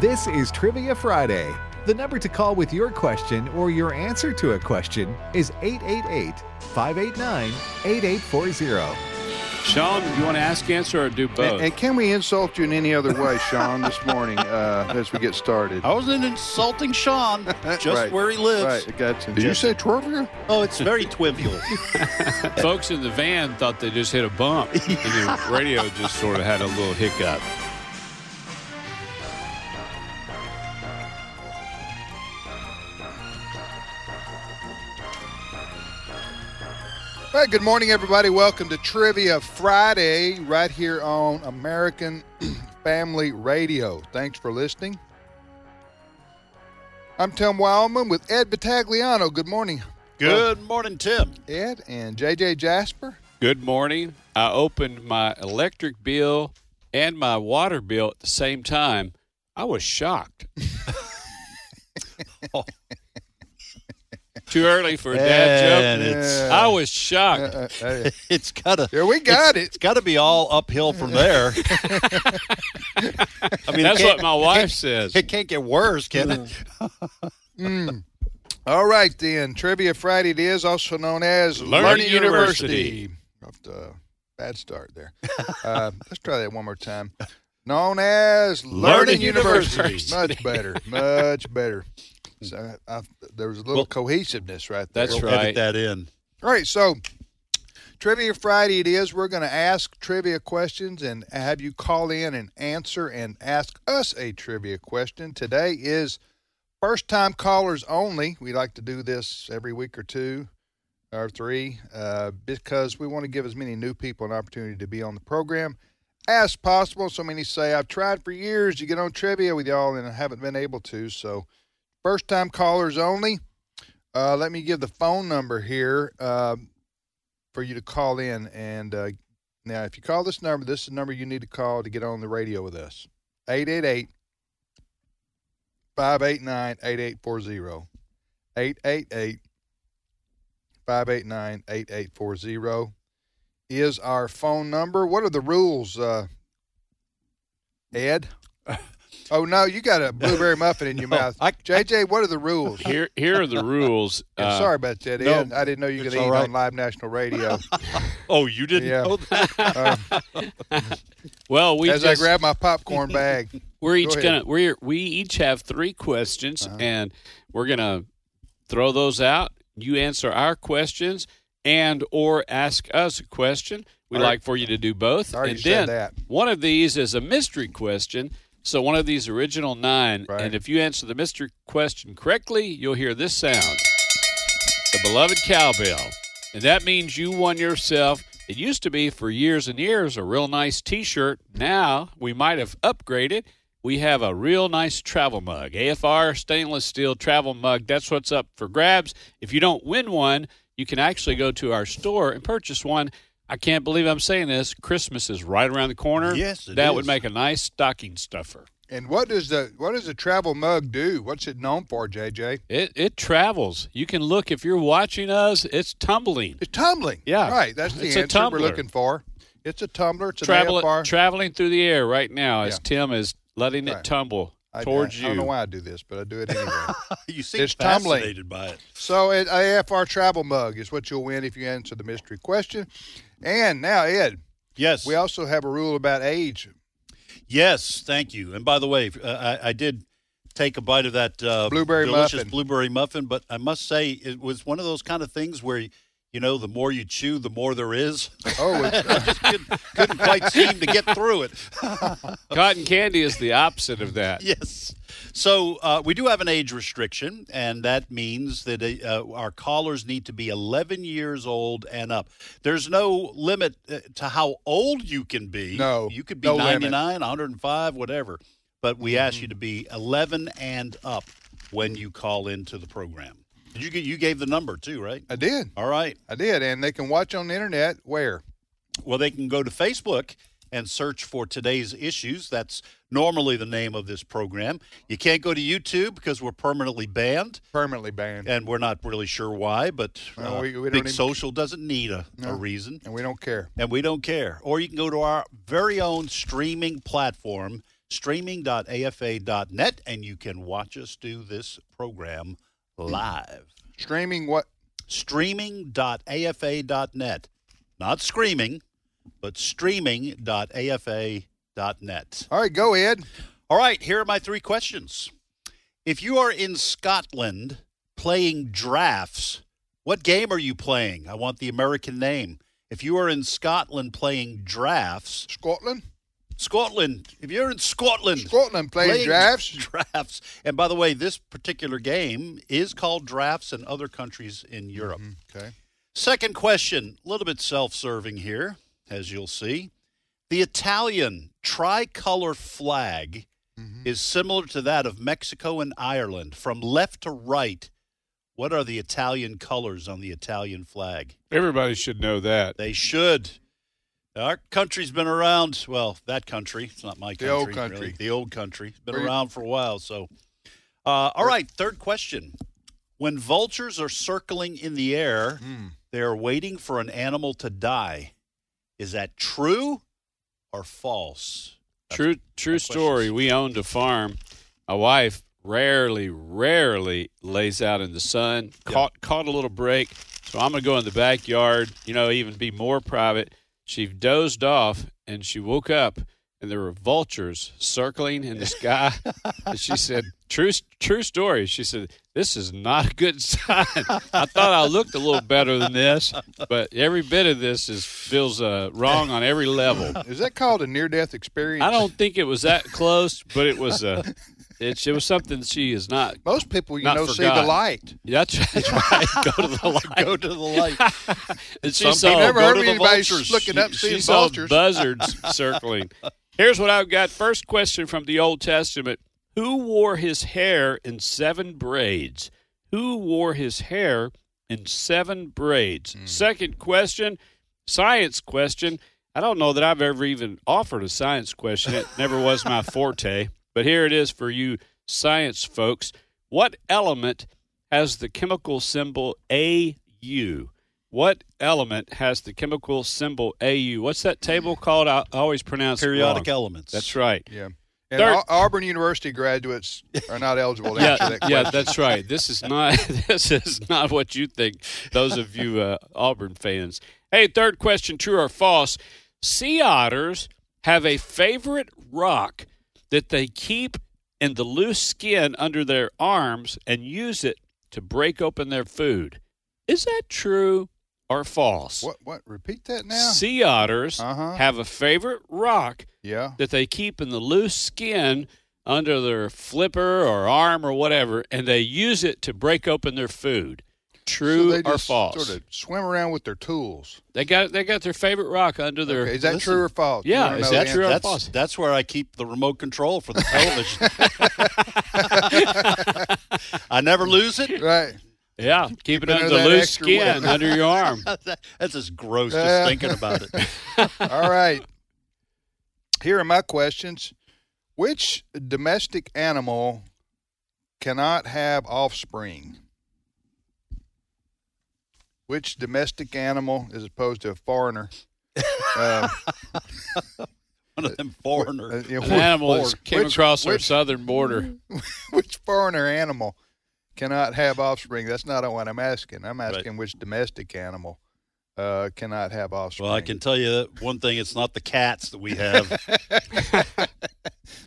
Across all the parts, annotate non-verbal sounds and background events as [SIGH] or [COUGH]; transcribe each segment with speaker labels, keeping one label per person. Speaker 1: This is Trivia Friday. The number to call with your question or your answer to a question is 888 589 8840.
Speaker 2: Sean, do you want to ask, answer, or do both?
Speaker 3: [LAUGHS] And, and can we insult you in any other way, Sean, this morning uh, as we get started?
Speaker 4: I wasn't insulting Sean,
Speaker 3: [LAUGHS]
Speaker 4: just
Speaker 3: Right.
Speaker 4: where he lives.
Speaker 3: Right, I got you.
Speaker 4: Did you
Speaker 3: say Twirvia?
Speaker 4: Oh, it's very trivial.
Speaker 2: Folks in the van thought they just hit a bump, and the radio just sort of had a little hiccup.
Speaker 3: All right, good morning, everybody. Welcome to Trivia Friday right here on American [CLEARS THROAT] Family Radio. Thanks for listening. I'm Tim Wildman with Ed Battagliano. Good morning,
Speaker 4: Good morning, Tim.
Speaker 3: Ed and JJ Jasper.
Speaker 2: Good morning. I opened my electric bill and my water bill at the same time. I was shocked. [LAUGHS] Too early for a dad
Speaker 4: And
Speaker 2: joke.
Speaker 4: it's
Speaker 2: I was shocked.
Speaker 3: Uh, hey,
Speaker 4: [LAUGHS] it's gotta
Speaker 3: Here we got
Speaker 4: it's
Speaker 3: it.
Speaker 4: gotta be all uphill from there. I mean,
Speaker 2: That's
Speaker 4: it can't,
Speaker 2: what my wife says.
Speaker 4: it can't get worse, can it?
Speaker 3: Mm. All right, then. Trivia Friday it is, also known as
Speaker 2: Learning University.
Speaker 3: Off to a bad start there. Uh, let's try that one more time. Known as
Speaker 2: Learning
Speaker 3: Learning, University.
Speaker 2: University.
Speaker 3: Much better.
Speaker 5: [LAUGHS]
Speaker 2: [LAUGHS]
Speaker 3: Much better. So I, I, there was a little
Speaker 4: Well,
Speaker 3: cohesiveness right there.
Speaker 2: That's
Speaker 4: we'll
Speaker 2: right.
Speaker 4: edit that in.
Speaker 3: All right, so Trivia Friday it is. We're going to ask trivia questions and have you call in and answer and ask us a trivia question. Today is first time callers only. We like to do this every week or two or three uh, because we want to give as many new people an opportunity to be on the program as possible. So many say, I've tried for years to get on trivia with y'all and I haven't been able to. So first time callers only. Uh, let me give the phone number here um for you to call in. And uh, now, if you call this number, this is the number you need to call to get on the radio with us 888 589 8840. 888 589 8840 is our phone number. What are the rules, uh,
Speaker 4: [LAUGHS]
Speaker 3: Ed? Oh, no, you got a blueberry muffin in your
Speaker 4: No,
Speaker 3: mouth.
Speaker 4: I-
Speaker 3: JJ, what are the rules?
Speaker 2: Here, here are the
Speaker 3: [LAUGHS]
Speaker 2: rules.
Speaker 3: Yeah,
Speaker 2: Uh,
Speaker 3: sorry about that,
Speaker 2: no,
Speaker 3: Ed. I didn't know you could
Speaker 4: it's
Speaker 3: eat
Speaker 4: all right.
Speaker 3: on live national
Speaker 2: [LAUGHS]
Speaker 3: radio.
Speaker 4: Oh, you didn't
Speaker 3: Yeah.
Speaker 4: know that?
Speaker 3: Uh,
Speaker 2: [LAUGHS] Well, Oh, we
Speaker 3: as I
Speaker 2: just-
Speaker 3: grab my
Speaker 2: [LAUGHS]
Speaker 3: popcorn bag,
Speaker 2: We're
Speaker 3: Go
Speaker 2: each
Speaker 3: ahead. Uh-huh.
Speaker 2: gonna we we each have three questions, and we're gonna throw those out. You answer our questions and or ask us a question. We
Speaker 3: Already-
Speaker 2: like for you to do both.
Speaker 3: already
Speaker 2: and
Speaker 3: said
Speaker 2: then
Speaker 3: that.
Speaker 2: one of these is a mystery question. So one of these original nine,
Speaker 3: Right.
Speaker 2: and if you answer the mystery question correctly, you'll hear this sound, the beloved cowbell, and that means you won yourself. It used to be for years and years a real nice T-shirt. Now we might have upgraded. We have a real nice travel mug, AFR stainless steel travel mug. That's what's up for grabs. If you don't win one, you can actually go to our store and purchase one. I can't believe I'm saying this. Christmas is right around the corner.
Speaker 4: Yes, it
Speaker 2: that
Speaker 4: is.
Speaker 2: would make a nice stocking stuffer.
Speaker 3: and what does the what does the travel mug do? What's it known for, JJ?
Speaker 2: It it travels. You can look if you're watching us. It's tumbling.
Speaker 3: It's tumbling.
Speaker 2: Yeah.
Speaker 3: right. That's the
Speaker 2: It's a
Speaker 3: answer we're
Speaker 2: tumbler.
Speaker 3: looking for. It's a tumbler. It's an
Speaker 2: Travel,
Speaker 3: AFR.
Speaker 2: traveling through the air right now as
Speaker 3: Yeah.
Speaker 2: Tim is letting
Speaker 3: Right.
Speaker 2: it tumble
Speaker 3: I-
Speaker 2: towards
Speaker 3: I,
Speaker 2: you.
Speaker 3: I don't know why I do this, but I do
Speaker 2: [LAUGHS]
Speaker 3: it anyway.
Speaker 4: You seem
Speaker 3: It's tumbling.
Speaker 4: fascinated by it.
Speaker 3: so, an AFR travel mug is what you'll win if you answer the mystery question. And now, Ed,
Speaker 4: Yes.
Speaker 3: we also have a rule about age.
Speaker 4: Yes, thank you. And by the way, uh, I, I did take a bite of that uh,
Speaker 3: Blueberry
Speaker 4: delicious
Speaker 3: muffin.
Speaker 4: blueberry muffin, but I must say it was one of those kind of things where, you know, the more you chew, the more there is.
Speaker 3: Oh, it's,
Speaker 4: [LAUGHS] I just couldn't, couldn't quite
Speaker 3: [LAUGHS]
Speaker 4: seem to get through it.
Speaker 2: Cotton candy is the opposite of that.
Speaker 4: yes. So uh, we do have an age restriction, and that means that uh, our callers need to be 11 years old and up. There's no limit uh, to how old you can be.
Speaker 3: No,
Speaker 4: you could be
Speaker 3: no limit. Mm-hmm.
Speaker 4: 99, 105, whatever. But we ask you to be 11 and up when you call into the program. Did You g- you gave the number too, right?
Speaker 3: I did.
Speaker 4: All right.
Speaker 3: I did. And they can watch on the internet where?
Speaker 4: Well, they can go to Facebook and search for today's issues. That's normally the name of this program. You can't go to YouTube because we're permanently banned,
Speaker 3: Permanently banned.
Speaker 4: and we're not really sure why. But
Speaker 3: No,
Speaker 4: uh,
Speaker 3: we- we don't
Speaker 4: Big
Speaker 3: even-
Speaker 4: Social doesn't need a,
Speaker 3: No.
Speaker 4: a reason,
Speaker 3: and we don't care.
Speaker 4: and we don't care. Or you can go to our very own streaming platform, streaming.afa.net, and you can watch us do this program live.
Speaker 3: Streaming what?
Speaker 4: Streaming.afa.net. Not screaming, but streaming.afa.net.
Speaker 3: All right, go Ed.
Speaker 4: All right, here are my three questions. If you are in Scotland playing drafts, what game are you playing? I want the American name. If you are in Scotland playing drafts,
Speaker 3: Scotland.
Speaker 4: Scotland, if you're in Scotland,
Speaker 3: Scotland playing,
Speaker 4: [LAUGHS]
Speaker 3: drafts.
Speaker 4: drafts. And by the way, this particular game is called drafts in other countries in Europe.
Speaker 3: Mm-hmm. Okay.
Speaker 4: Second question, a little bit self serving here, as you'll see. The Italian tricolor flag
Speaker 3: Mm-hmm.
Speaker 4: is similar to that of Mexico and Ireland. From left to right, what are the Italian colors on the Italian flag?
Speaker 2: Everybody should know that.
Speaker 4: They should. Our country's been around, well, that country, it's not my country.
Speaker 3: The old
Speaker 4: really.
Speaker 3: country.
Speaker 4: The old country. It's been
Speaker 3: Where you-
Speaker 4: around for a while, so. Uh, all right, third question. When vultures are circling in the air,
Speaker 3: Hmm.
Speaker 4: they are waiting for an animal to die. Is that true or false?
Speaker 2: True, true
Speaker 4: questions.
Speaker 2: story. We owned a farm. My wife rarely, rarely lays out in the sun. Caught, caught a little break. So I'm gonna go in the backyard. You know, even be more private. She dozed off, and she woke up, and there were vultures circling in the sky. and she said, "True, true story." She said, "This is not a good sign." I thought I looked a little better than this, but every bit of this is feels uh, wrong on every level.
Speaker 3: Is that called a near death experience?
Speaker 2: I don't think it was that close, but it was
Speaker 3: [LAUGHS]
Speaker 2: a. It, it was something she is not.
Speaker 3: Most people you
Speaker 2: Not
Speaker 3: know see the
Speaker 2: forgotten.
Speaker 3: light.
Speaker 2: That's, that's right. [LAUGHS] Go to the light.
Speaker 4: Go to the light.
Speaker 2: [LAUGHS] And she
Speaker 4: Some
Speaker 2: saw,
Speaker 4: people
Speaker 3: Never
Speaker 4: go
Speaker 3: heard
Speaker 4: to
Speaker 3: of
Speaker 4: the
Speaker 3: anybody
Speaker 4: vultures.
Speaker 3: looking up
Speaker 2: she
Speaker 3: seeing
Speaker 2: saw
Speaker 3: vultures.
Speaker 2: buzzards
Speaker 3: [LAUGHS]
Speaker 2: circling. Here's what I've got. First question from the Old Testament: Who wore his hair in seven braids? Who wore his hair in seven braids?
Speaker 3: Hmm.
Speaker 2: Second question, science question. I don't know that I've ever even offered a science question. It never was my forte. But here it is for you science folks. What element has the chemical symbol AU? What element has the chemical symbol AU? What's that table called? I I always pronounce it
Speaker 4: Periodic
Speaker 2: wrong.
Speaker 4: elements.
Speaker 2: That's right.
Speaker 3: Yeah. And
Speaker 2: Third-
Speaker 3: Au- Auburn University graduates are not eligible
Speaker 4: [LAUGHS]
Speaker 3: to answer
Speaker 2: Yeah,
Speaker 3: that question.
Speaker 2: yeah, that's right. This is not [LAUGHS] this is not what you think. Those of you uh, Auburn fans. Hey, third question: True or false? Sea otters have a favorite rock that they keep in the loose skin under their arms and use it to break open their food. Is that true or false?
Speaker 3: What? What? Repeat that now.
Speaker 2: Sea otters
Speaker 3: Uh-huh.
Speaker 2: have a favorite rock
Speaker 3: yeah.
Speaker 2: that they keep in the loose skin under their flipper or arm or whatever, and they use it to break open their food. True
Speaker 3: so they
Speaker 2: or
Speaker 3: just
Speaker 2: false?
Speaker 3: Sort of swim around with their tools.
Speaker 2: They got they got their favorite rock under
Speaker 3: [LAUGHS]
Speaker 2: their.
Speaker 3: Okay, is that
Speaker 4: listen.
Speaker 3: true or false? You
Speaker 2: Yeah,
Speaker 3: wanna
Speaker 2: is
Speaker 3: know
Speaker 2: that
Speaker 3: the
Speaker 4: That's-
Speaker 2: true or
Speaker 3: answer?
Speaker 4: that's,
Speaker 2: false?
Speaker 4: That's where I keep the remote control for the television.
Speaker 3: [LAUGHS]
Speaker 4: [LAUGHS] I never lose it.
Speaker 3: Right.
Speaker 2: Yeah, keep it
Speaker 3: Keeping
Speaker 2: under
Speaker 3: under
Speaker 2: the
Speaker 3: that
Speaker 2: loose
Speaker 3: extra
Speaker 2: skin
Speaker 3: weight.
Speaker 2: under your
Speaker 3: [LAUGHS]
Speaker 2: arm.
Speaker 4: That's as gross
Speaker 3: Uh.
Speaker 4: just thinking about it.
Speaker 2: [LAUGHS]
Speaker 3: All right. Here are my questions. Which domestic animal cannot have offspring? Which domestic animal, as opposed to a foreigner?
Speaker 2: [LAUGHS]
Speaker 3: uh,
Speaker 4: One of them foreigner.
Speaker 3: uh, you know,
Speaker 2: An animal that's
Speaker 3: which-
Speaker 2: came
Speaker 3: which-
Speaker 2: across our
Speaker 3: which,
Speaker 2: southern border.
Speaker 3: [LAUGHS] which foreigner animal cannot have offspring? That's not what I'm asking. I'm asking which domestic animal uh, cannot have offspring.
Speaker 4: Well, I can tell you that one thing: it's not the cats that we have.
Speaker 3: [LAUGHS]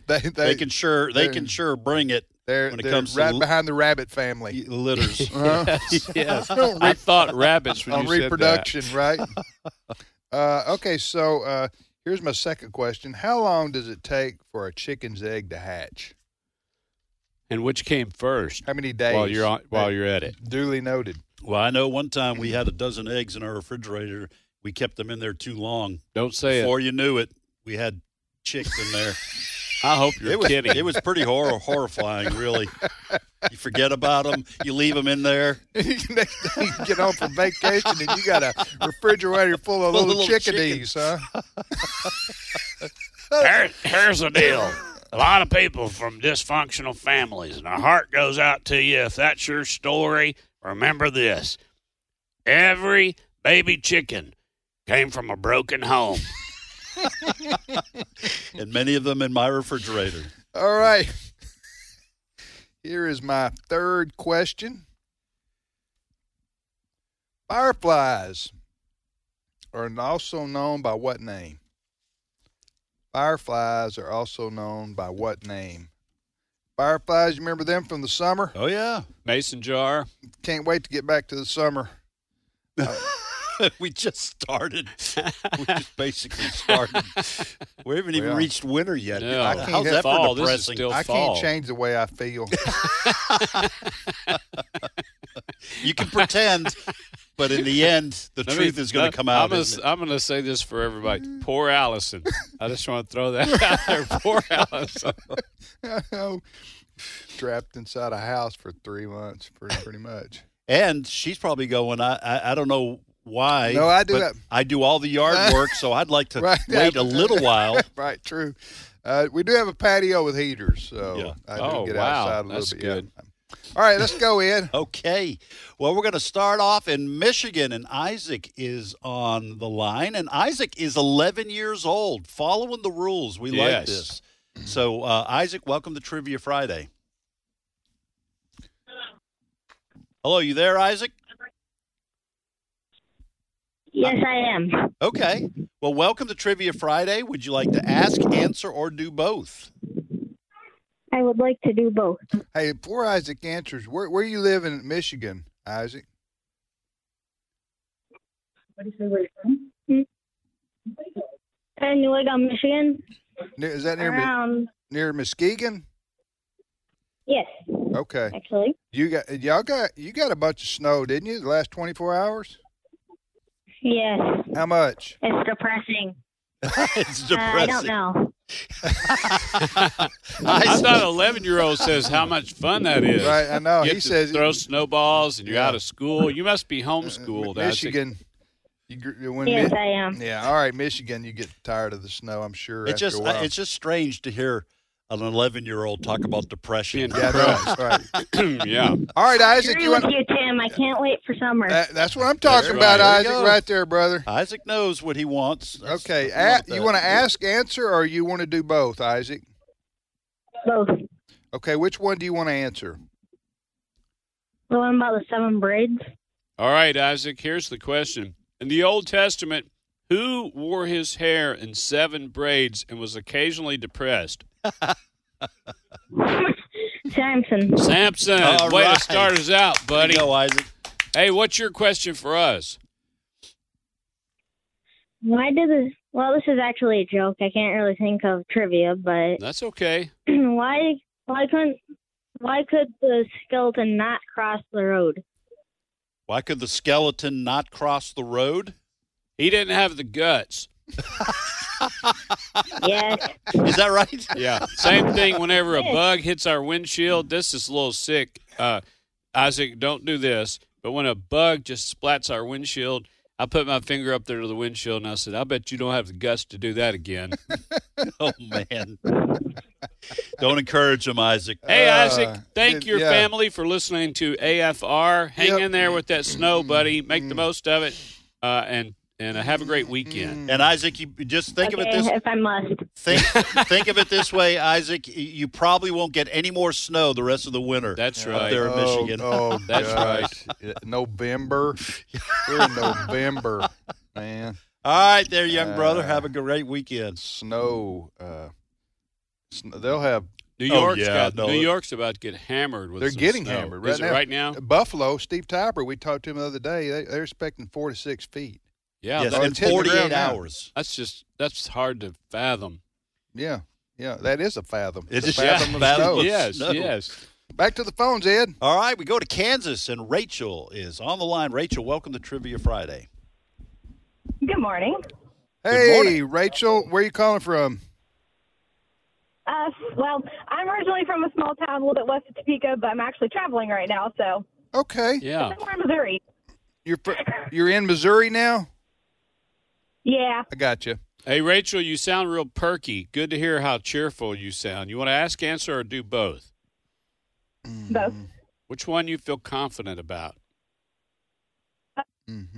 Speaker 3: They, they,
Speaker 4: They can sure they
Speaker 3: they're-
Speaker 4: can sure bring it.
Speaker 3: They're,
Speaker 4: when
Speaker 3: they're
Speaker 4: comes to
Speaker 3: right
Speaker 4: l-
Speaker 3: behind the rabbit family.
Speaker 4: Litters.
Speaker 3: [LAUGHS]
Speaker 4: [LAUGHS]
Speaker 3: Uh-huh.
Speaker 2: yes,
Speaker 3: [LAUGHS]
Speaker 2: I thought rabbits when
Speaker 3: on
Speaker 2: you said that.
Speaker 3: reproduction,
Speaker 2: [LAUGHS]
Speaker 3: right? uh, okay, so uh, here's my second question: How long does it take for a chicken's egg to hatch?
Speaker 2: And which came first?
Speaker 3: How many days?
Speaker 2: While you're on, while you're at it.
Speaker 3: duly noted.
Speaker 4: Well, I know one time we had a dozen eggs in our refrigerator. We kept them in there too long.
Speaker 2: Don't say it.
Speaker 4: Before you knew it, we had chicks in there.
Speaker 2: [LAUGHS] I hope you're
Speaker 4: it was
Speaker 2: kidding.
Speaker 4: it was pretty horror, horrifying, really. You forget about them. You leave them in there.
Speaker 3: [LAUGHS] Next day you get home from vacation and you got a refrigerator full of
Speaker 4: Full of
Speaker 3: little,
Speaker 4: little
Speaker 3: chickadees, huh?
Speaker 2: Here- [LAUGHS] here's the deal. A lot of people from dysfunctional families, and our heart goes out to you. If that's your story, remember this every baby chicken came from a broken home.
Speaker 4: and many of them in my refrigerator.
Speaker 3: All right. Here is my third question. Fireflies are also known by what name? Fireflies are also known by what name? Fireflies, you remember them from the summer?
Speaker 4: Oh yeah,
Speaker 2: Mason jar.
Speaker 3: Can't wait to get back to
Speaker 4: [LAUGHS]
Speaker 3: the summer. Uh,
Speaker 4: we just started. We just basically started. We haven't even
Speaker 3: Well.
Speaker 4: reached winter yet.
Speaker 2: No.
Speaker 4: How-
Speaker 3: I can't-
Speaker 4: How's that
Speaker 2: Fall, this
Speaker 4: for
Speaker 2: is
Speaker 4: depressing?
Speaker 2: still- It'll
Speaker 3: I
Speaker 2: fall.
Speaker 3: can't change the way I feel.
Speaker 4: [LAUGHS] you can pretend, but in the end, the
Speaker 2: Let me-
Speaker 4: truth is going
Speaker 2: let-
Speaker 4: to come out.
Speaker 2: I'm gonna,
Speaker 4: isn't it?
Speaker 2: I'm gonna say this for everybody. Poor Allison. I just want to throw that [LAUGHS] out there. Poor
Speaker 3: [LAUGHS]
Speaker 2: Allison.
Speaker 3: Trapped inside a house for three months,
Speaker 4: [LAUGHS]
Speaker 3: pretty, pretty much.
Speaker 4: And she's probably going. I I, I don't know why.
Speaker 3: No, I do
Speaker 4: but
Speaker 3: that.
Speaker 4: I do all the yard work, so I'd like to
Speaker 3: [LAUGHS] Right.
Speaker 4: wait a little while.
Speaker 3: [LAUGHS] right, true. Uh, we do have a patio with heaters, so
Speaker 4: Yeah.
Speaker 3: I do
Speaker 2: Oh,
Speaker 3: get
Speaker 2: wow.
Speaker 3: outside a little
Speaker 2: That's
Speaker 3: bit.
Speaker 2: good.
Speaker 3: Yeah. All right, let's go, Ed.
Speaker 4: [LAUGHS] Okay. Well, we're going to start off in Michigan, and Isaac is on the line. And Isaac is 11 years old, following the rules. We like
Speaker 2: Yes.
Speaker 4: this. So, uh, Isaac, welcome to Trivia Friday. Hello, you there, Isaac?
Speaker 6: Yes, I am.
Speaker 4: Okay. Well, welcome to Trivia Friday. Would you like to ask, answer, or do both?
Speaker 6: I would like to do both.
Speaker 3: Hey, poor Isaac answers. Where where you live in Michigan, Isaac?
Speaker 6: Mm-hmm. And Newegum, Michigan.
Speaker 3: Near, is that near Mi-
Speaker 6: Around.
Speaker 3: near Muskegon?
Speaker 6: Yes,
Speaker 3: Okay.
Speaker 6: actually.
Speaker 3: You got y'all got you got a bunch of snow, didn't you? The last twenty four hours?
Speaker 6: Yes,
Speaker 3: How much? [LAUGHS]
Speaker 6: it's depressing.
Speaker 4: it's
Speaker 6: Uh, I don't
Speaker 4: depressing.
Speaker 6: know.
Speaker 2: I
Speaker 4: Isaac,
Speaker 2: thought an 11 year old says how much fun that is.
Speaker 3: Right, I know.
Speaker 2: You
Speaker 3: He
Speaker 2: get to
Speaker 3: says
Speaker 2: throw snowballs and you're
Speaker 3: Yeah. Uh,
Speaker 2: out of school. You must be homeschooled, Isaac.
Speaker 3: Michigan. You, gr- when Mi-
Speaker 6: Yes, I am.
Speaker 3: yeah, all right, Michigan. You get tired of the snow, I'm sure.
Speaker 4: it's
Speaker 3: after
Speaker 4: just uh,
Speaker 3: a while.
Speaker 4: it's just strange to hear an 11 year old talk about depression.
Speaker 2: Being
Speaker 3: yeah,
Speaker 4: [LAUGHS]
Speaker 3: no,
Speaker 2: [CLEARS THROAT]
Speaker 3: right.
Speaker 2: yeah.
Speaker 3: All right, Isaac.
Speaker 6: agree
Speaker 3: You
Speaker 6: with
Speaker 3: want,
Speaker 6: you, Tim. I can't wait for summer.
Speaker 3: that, that's what I'm talking
Speaker 2: right.
Speaker 3: about,
Speaker 2: There
Speaker 4: you
Speaker 3: Isaac.
Speaker 4: go.
Speaker 3: Right there, brother.
Speaker 4: Isaac knows what he wants. That's-
Speaker 3: Okay,
Speaker 4: nothing wrong
Speaker 3: a,
Speaker 4: with
Speaker 3: you
Speaker 4: that.
Speaker 3: want to ask, answer, or you want to do both, Isaac?
Speaker 6: both.
Speaker 3: Okay, which one do you want to
Speaker 4: [LAUGHS]
Speaker 3: answer?
Speaker 6: The one about the seven braids.
Speaker 2: All right, Isaac, here's the question. In the Old Testament, who wore his hair in seven braids and was occasionally
Speaker 4: [LAUGHS]
Speaker 2: depressed?
Speaker 6: Samson.
Speaker 2: Samson,
Speaker 4: All
Speaker 2: way
Speaker 4: right.
Speaker 2: to start us out,
Speaker 4: There
Speaker 2: buddy.
Speaker 4: you go, Isaac.
Speaker 2: Hey, what's your question for us?
Speaker 6: Why did the well? This is actually a joke. I can't really think of trivia, but
Speaker 2: That's okay.
Speaker 6: [CLEARS THROAT] why why couldn't why could the skeleton not cross the road?
Speaker 4: Why could the skeleton not cross the road?
Speaker 2: He didn't have the guts.
Speaker 6: Yes,
Speaker 4: Is that right?
Speaker 2: Yeah. Same thing whenever a bug hits our windshield. This is a little sick. Uh, Isaac, don't do this. But when a bug just splats our windshield, I put my finger up there to the windshield and I said, I bet you don't have the guts to do that again.
Speaker 4: [LAUGHS] oh man. Don't encourage him, Isaac.
Speaker 2: Hey,
Speaker 3: Uh,
Speaker 2: Isaac, thank
Speaker 3: it-
Speaker 2: your
Speaker 3: yeah.
Speaker 2: family for listening to AFR. Hang
Speaker 3: Yep. Mm.
Speaker 2: in there with that snow, buddy. Make the most of it. Uh, and and uh, have a
Speaker 3: Mm-hmm.
Speaker 2: great weekend.
Speaker 4: And Isaac, you just think of
Speaker 6: okay,
Speaker 4: it this
Speaker 6: if I must.
Speaker 4: think think of it this way, Isaac. y- You probably won't get any more snow the rest of the winter.
Speaker 2: That's
Speaker 4: Up
Speaker 2: right.
Speaker 4: there in
Speaker 3: Oh,
Speaker 4: Michigan. [LAUGHS]
Speaker 3: Oh,
Speaker 2: That's
Speaker 3: gosh. Yeah, November. We're in November, man.
Speaker 4: All right, there, young brother.
Speaker 3: Uh,
Speaker 4: Have a great weekend.
Speaker 3: Snow. Uh, sn- they'll have
Speaker 2: New
Speaker 4: Oh,
Speaker 2: York's
Speaker 4: yeah,
Speaker 2: got,
Speaker 4: no.
Speaker 2: New York's about to get hammered with
Speaker 3: They're
Speaker 2: some
Speaker 3: getting
Speaker 2: snow.
Speaker 3: hammered
Speaker 2: Is
Speaker 3: right
Speaker 2: it
Speaker 3: now.
Speaker 2: right now?
Speaker 3: Buffalo. Steve Topper. We talked to him the other day. They, they're expecting four to six feet.
Speaker 2: Yeah,
Speaker 4: yes,
Speaker 2: that-
Speaker 3: no,
Speaker 4: in
Speaker 3: it's hitting the
Speaker 4: 48
Speaker 3: ground now.
Speaker 4: hours.
Speaker 2: that's just that's hard to fathom.
Speaker 3: Yeah, yeah. That is a fathom.
Speaker 4: It
Speaker 3: It's
Speaker 4: is,
Speaker 3: a fathom
Speaker 4: yeah,
Speaker 3: of
Speaker 4: fathom.
Speaker 3: snow.
Speaker 4: Oh,
Speaker 2: yes,
Speaker 4: snow.
Speaker 2: yes.
Speaker 3: Back to the phones, Ed.
Speaker 4: All right, we go to Kansas, and Rachel is on the line. Rachel, welcome to Trivia Friday.
Speaker 7: Good morning.
Speaker 3: Hey, Rachel. Where you calling from?
Speaker 7: Uh, well, I'm originally from a small town a little bit west of Topeka, but I'm actually traveling right now, so
Speaker 3: Okay.
Speaker 2: Yeah.
Speaker 7: somewhere in Missouri.
Speaker 3: You're fr- you're in Missouri now.
Speaker 7: Yeah.
Speaker 3: I got you.
Speaker 2: Hey Rachel, you sound real perky. Good to hear how cheerful you sound. You want to ask, answer, or do both?
Speaker 3: Mm.
Speaker 7: Both
Speaker 2: Which one you feel confident about?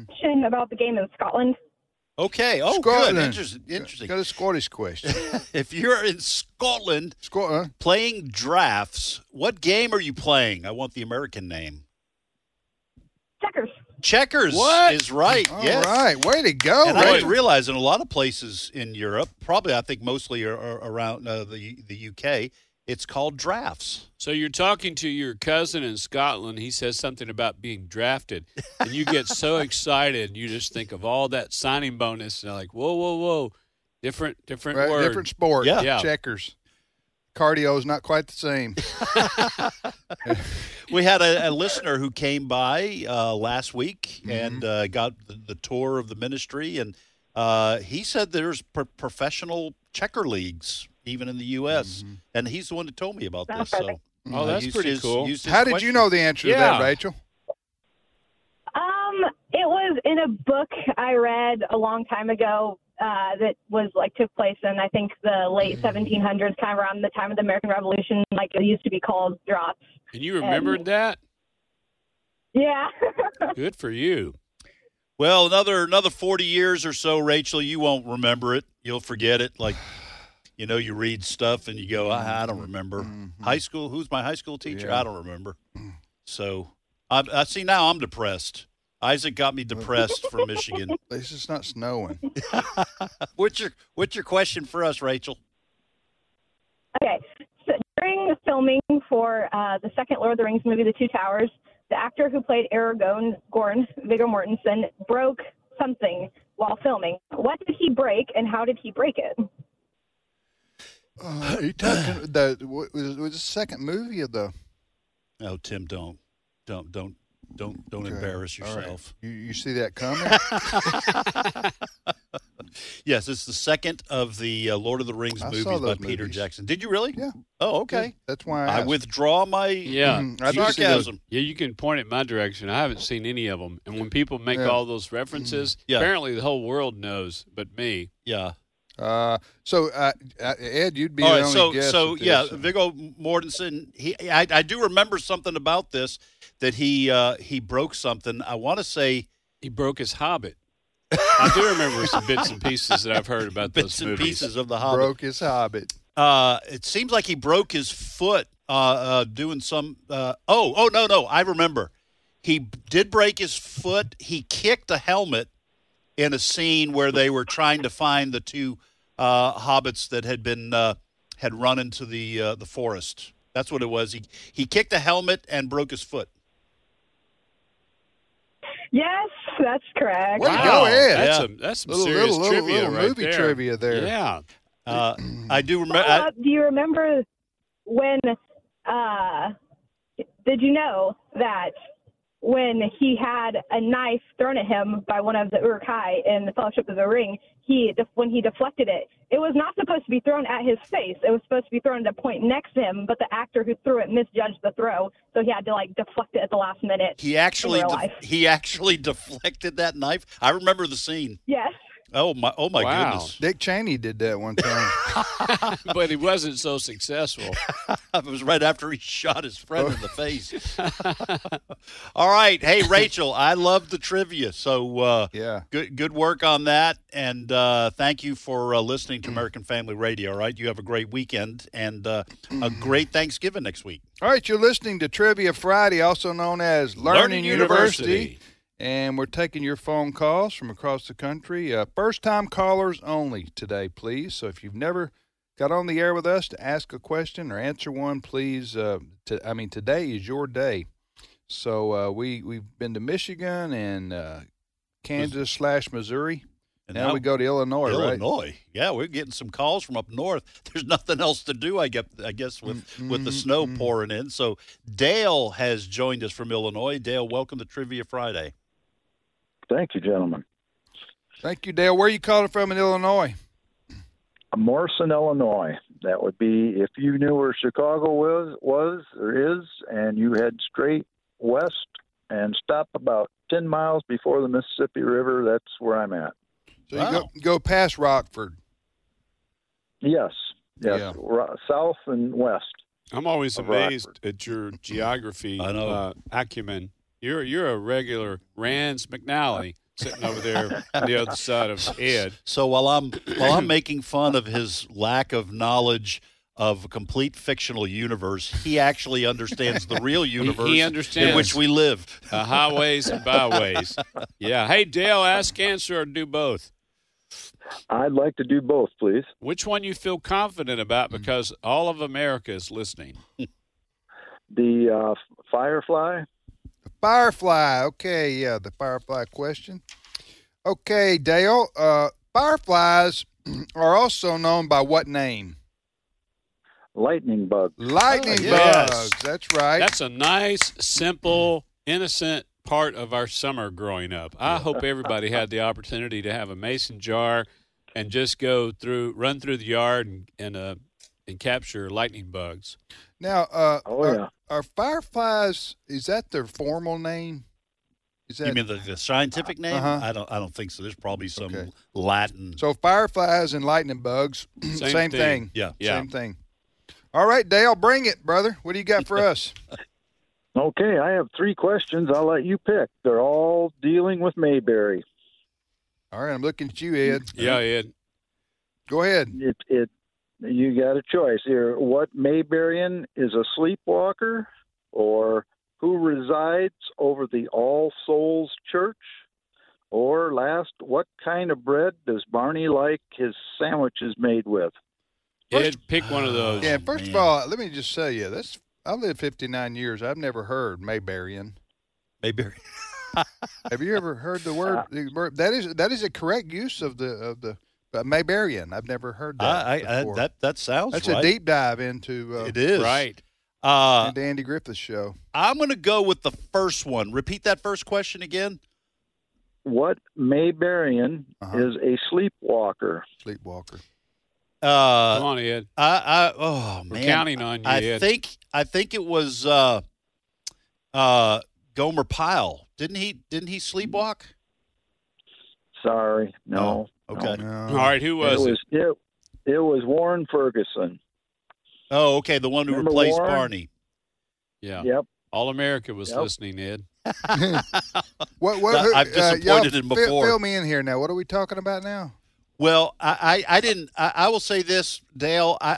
Speaker 7: question about the game in Scotland.
Speaker 4: Okay. Oh,
Speaker 3: Scotland.
Speaker 4: good. Interesting. Interesting.
Speaker 3: Got a Scottish question.
Speaker 4: [LAUGHS] if you're in Scotland
Speaker 3: Scotland.
Speaker 4: playing drafts, what game are you playing? I want the American name.
Speaker 7: Checkers.
Speaker 4: Checkers
Speaker 2: What?
Speaker 4: is right.
Speaker 3: All right,
Speaker 4: yes.
Speaker 3: way to go.
Speaker 4: And I
Speaker 2: Right.
Speaker 4: didn't realize in a lot of places in Europe, probably I think mostly are, are around uh, the the UK, it's called drafts.
Speaker 2: So you're talking to your cousin in Scotland. He says something about being drafted, and you get
Speaker 4: [LAUGHS]
Speaker 2: so excited, and you just think of all that signing bonus, and you're like, whoa, whoa, whoa, different, different
Speaker 3: Right,
Speaker 2: word.
Speaker 3: different sport.
Speaker 4: Yeah.
Speaker 2: Yeah.
Speaker 3: Checkers. Cardio is not quite the same.
Speaker 4: We had a, a listener who came by uh, last week and
Speaker 3: Mm-hmm.
Speaker 4: uh, got the, the tour of the ministry, and uh, he said there's pro- professional checker leagues even in the U.S.,
Speaker 3: Mm-hmm.
Speaker 4: and he's the one that told me about
Speaker 7: Sounds
Speaker 4: this. So,
Speaker 2: Oh, that's
Speaker 4: used
Speaker 2: pretty
Speaker 4: his-
Speaker 2: cool.
Speaker 4: used his
Speaker 3: How did
Speaker 4: question.
Speaker 3: you know the answer to that,
Speaker 2: Yeah.
Speaker 3: Rachel?
Speaker 7: Um, it was in a book I read a long time ago uh, that was like took place in I think the late 1700s, kind of around the time of the American Revolution. Like it used to be called drops.
Speaker 2: And you remembered that?
Speaker 7: Yeah. [LAUGHS]
Speaker 2: Good for you.
Speaker 4: Well, another another forty years or so, Rachel, you won't remember it. You'll forget it. Like, you know, you read stuff and you go, "Ah, I, I don't remember high school. Who's my high school teacher?
Speaker 3: Mm-hmm. Yeah.
Speaker 4: I don't remember. So, I, I see now. I'm depressed. Isaac got me depressed from
Speaker 3: [LAUGHS]
Speaker 4: Michigan.
Speaker 3: At least it's not snowing.
Speaker 4: What's your What's your question for us, Rachel?
Speaker 7: okay. So during the filming for uh, the second Lord of the Rings movie, The Two Towers, the actor who played Aragorn, Gorn, Viggo Mortensen, broke something while filming. What did he break, and how did he break it?
Speaker 3: Uh, you talking
Speaker 4: [CLEARS THROAT]
Speaker 3: the what was, was the second movie of the?
Speaker 4: No, Tim, don't, don't, don't, don't, don't
Speaker 3: Okay.
Speaker 4: embarrass
Speaker 3: All right.
Speaker 4: yourself.
Speaker 3: You, you see that coming?
Speaker 4: Yes, it's the second of the uh, Lord of the Rings
Speaker 3: I
Speaker 4: movies by
Speaker 3: saw those
Speaker 4: Peter
Speaker 3: movies.
Speaker 4: Jackson. Did you really?
Speaker 3: Yeah.
Speaker 4: Oh, okay.
Speaker 3: That's why I,
Speaker 4: I
Speaker 3: asked.
Speaker 4: withdraw my
Speaker 2: Yeah.
Speaker 3: Mhm. I do see those.
Speaker 4: sarcasm.
Speaker 2: Yeah, you can point it my direction. I haven't seen any of them. And when people make
Speaker 3: Yeah. Mm-hmm.
Speaker 2: all those references,
Speaker 4: Yeah.
Speaker 2: apparently the whole world knows, but me.
Speaker 4: Yeah.
Speaker 3: Uh, so uh, uh, Ed, you'd be
Speaker 4: All
Speaker 3: the
Speaker 4: right.
Speaker 3: only
Speaker 4: So,
Speaker 3: guest
Speaker 4: so
Speaker 3: at
Speaker 4: yeah,
Speaker 3: this.
Speaker 4: Viggo Mortensen. He, I, I do remember something about this that he uh, he broke something. I want to say
Speaker 2: He broke his Hobbit. I do remember some bits and pieces that I've heard about
Speaker 4: [LAUGHS] bits
Speaker 2: those
Speaker 4: and
Speaker 2: movies.
Speaker 4: pieces of the Hobbit.
Speaker 3: broke his hobbit.
Speaker 4: Uh, it seems like he broke his foot uh, uh, doing some. Uh, oh, oh no, no, I remember. He b- did break his foot. He kicked a helmet in a scene where they were trying to find the two uh, hobbits that had been uh, had run into the uh, the forest. That's what it was. He he kicked a helmet and broke his foot.
Speaker 7: Yes, that's correct.
Speaker 3: Way to go, Ed.
Speaker 2: That's,
Speaker 4: Yeah.
Speaker 2: a, that's some
Speaker 3: Little-
Speaker 2: serious
Speaker 3: little- little-
Speaker 2: trivia
Speaker 3: little
Speaker 2: right
Speaker 3: movie
Speaker 2: there.
Speaker 3: trivia there.
Speaker 2: Yeah.
Speaker 4: Uh, I do remember.
Speaker 7: Follow up, Uh, do you remember when uh did you know that when he had a knife thrown at him by one of the Urukai in the Fellowship of the Ring, he when he deflected it, it was not supposed to be thrown at his face. It was supposed to be thrown at a point next to him, but the actor who threw it misjudged the throw, so he had to like deflect it at the last minute.
Speaker 4: he actually
Speaker 7: real
Speaker 4: def-
Speaker 7: life.
Speaker 4: he actually [LAUGHS] deflected that knife. I remember the scene.
Speaker 7: Yes.
Speaker 4: Oh my! Oh my
Speaker 2: Wow.
Speaker 4: goodness!
Speaker 3: Dick Cheney did that one time.
Speaker 2: [LAUGHS] but he wasn't so successful.
Speaker 4: [LAUGHS] It was right after he shot his friend in
Speaker 2: [LAUGHS]
Speaker 4: the face. All right, hey Rachel, I love the trivia, so uh,
Speaker 3: yeah.
Speaker 4: good good work on that, and uh, thank you for uh, listening to American Family Radio. All right, you have a great weekend and uh, a great Thanksgiving next week.
Speaker 3: All right, you're listening to Trivia Friday, also known as Learning, University. and we're taking your phone calls from across the country. Uh, first time callers only today, please. So if you've never got on the air with us to ask a question or answer one, please. Uh, to, I mean, today is your day. So uh, we we've been to Michigan and uh, Kansas slash Missouri.
Speaker 4: And
Speaker 3: now we go to Illinois, right?
Speaker 4: Illinois. Yeah, we're getting some calls from up north. [LAUGHS] There's nothing else to do, I guess. I guess with with the snow pouring in. So Dale has joined us from Illinois. Dale, welcome to Trivia Friday.
Speaker 5: Thank you, gentlemen.
Speaker 3: Thank you, Dale. Where are you calling from in Illinois?
Speaker 5: Morrison, Illinois. That would be if you knew where Chicago was, was or is, and you head straight west and stop about 10 miles before the Mississippi River, that's where I'm at.
Speaker 3: So you
Speaker 4: Wow.
Speaker 3: go, go past Rockford.
Speaker 5: Yes, yes,
Speaker 3: Yeah.
Speaker 5: ro- south and west.
Speaker 2: I'm always
Speaker 5: Of
Speaker 2: amazed
Speaker 5: Rockford.
Speaker 2: at your geography
Speaker 4: I know.
Speaker 2: Uh, acumen. You're you're a regular Rands McNally sitting over there on the other side of Ed.
Speaker 4: So while I'm
Speaker 2: [CLEARS THROAT]
Speaker 4: while I'm making fun of his lack of knowledge of a complete fictional universe, he actually understands the
Speaker 2: [LAUGHS]
Speaker 4: real universe in
Speaker 2: understands.
Speaker 4: which we live.
Speaker 2: The highways and byways. Yeah. Hey, Dale, ask, answer, or do both.
Speaker 5: I'd like to do both, please.
Speaker 2: Which one you feel confident about
Speaker 4: Mm.
Speaker 2: because all of America is listening.
Speaker 5: The uh, Firefly.
Speaker 3: Firefly. Okay, yeah, the firefly question. Okay, Dale. Uh, fireflies [CLEARS THROAT] are also known by what name?
Speaker 5: Lightning bug.
Speaker 3: Lightning
Speaker 2: Oh, yes.
Speaker 3: bugs. That's right.
Speaker 2: That's a nice, simple, innocent part of our summer growing up. I hope everybody had the opportunity to have a mason jar and just go through, run through the yard and and, uh, and capture lightning bugs.
Speaker 3: now, uh,
Speaker 5: Oh,
Speaker 3: are,
Speaker 5: yeah.
Speaker 3: are fireflies? Is that their formal name? Is
Speaker 4: [LAUGHS]
Speaker 3: that
Speaker 4: You mean the, the scientific name?
Speaker 3: Uh-huh.
Speaker 4: I don't I don't think so. There's probably some
Speaker 3: Okay.
Speaker 4: Latin.
Speaker 3: [CLEARS THROAT] so? Fireflies and lightning bugs. [CLEARS THROAT] Same,
Speaker 2: thing.
Speaker 3: thing.
Speaker 4: yeah.
Speaker 2: Yeah.
Speaker 3: Same thing. All right, Dale, bring it, brother. What do you got for us?
Speaker 5: Okay, I have three questions. I'll let you pick. They're all dealing with Mayberry.
Speaker 3: All right, I'm looking at you, Ed.
Speaker 2: Yeah, Ed.
Speaker 3: Go ahead.
Speaker 5: It it you got a choice here. What Mayberryan is a sleepwalker, or who resides over the All Souls Church, or last, what kind of bread does Barney like his sandwiches made with?
Speaker 2: Ed, pick one of those.
Speaker 3: Yeah,
Speaker 4: Oh,
Speaker 3: first of
Speaker 4: man.
Speaker 3: all, let me just say, yeah, that's I lived 59 years. I've never heard Mayberryan.
Speaker 4: Maybe [LAUGHS]
Speaker 3: Have you ever heard the
Speaker 2: Ah.
Speaker 3: word? the word- That is that is a correct use of the of the uh, Mayberryan. I've never heard that.
Speaker 4: I, I,
Speaker 3: before.
Speaker 4: that that sounds
Speaker 3: that's
Speaker 4: right.
Speaker 3: a deep dive into uh,
Speaker 4: it is
Speaker 2: Right.
Speaker 4: Uh,
Speaker 3: into Andy Griffith's show.
Speaker 4: I'm going to go with the first one. Repeat that first question again.
Speaker 5: What Mayberryan
Speaker 3: Uh-huh.
Speaker 5: is a sleepwalker?
Speaker 3: Sleepwalker.
Speaker 2: Come
Speaker 4: Uh,
Speaker 2: on, Ed.
Speaker 4: I, I, oh
Speaker 2: We're
Speaker 4: man,
Speaker 2: counting on you,
Speaker 4: I
Speaker 2: Ed.
Speaker 4: think I think it was uh, uh, Gomer Pyle. Didn't he? Didn't he sleepwalk?
Speaker 5: Sorry, no.
Speaker 4: Okay.
Speaker 2: All right, who was it?
Speaker 5: it was it, it was Warren Ferguson.
Speaker 4: Oh, okay. The one who
Speaker 5: Remember
Speaker 4: replaced
Speaker 5: Warren?
Speaker 4: Barney.
Speaker 2: Yeah.
Speaker 5: Yep.
Speaker 2: All America was
Speaker 5: Yep.
Speaker 2: listening, Ed.
Speaker 3: What, what,
Speaker 4: I-
Speaker 3: who-
Speaker 4: I've
Speaker 3: uh, y'all
Speaker 4: disappointed him
Speaker 3: fill-
Speaker 4: before.
Speaker 3: Fill me in here now. What are we talking about now?
Speaker 4: Well, I, I, I didn't. I, I will say this, Dale. I,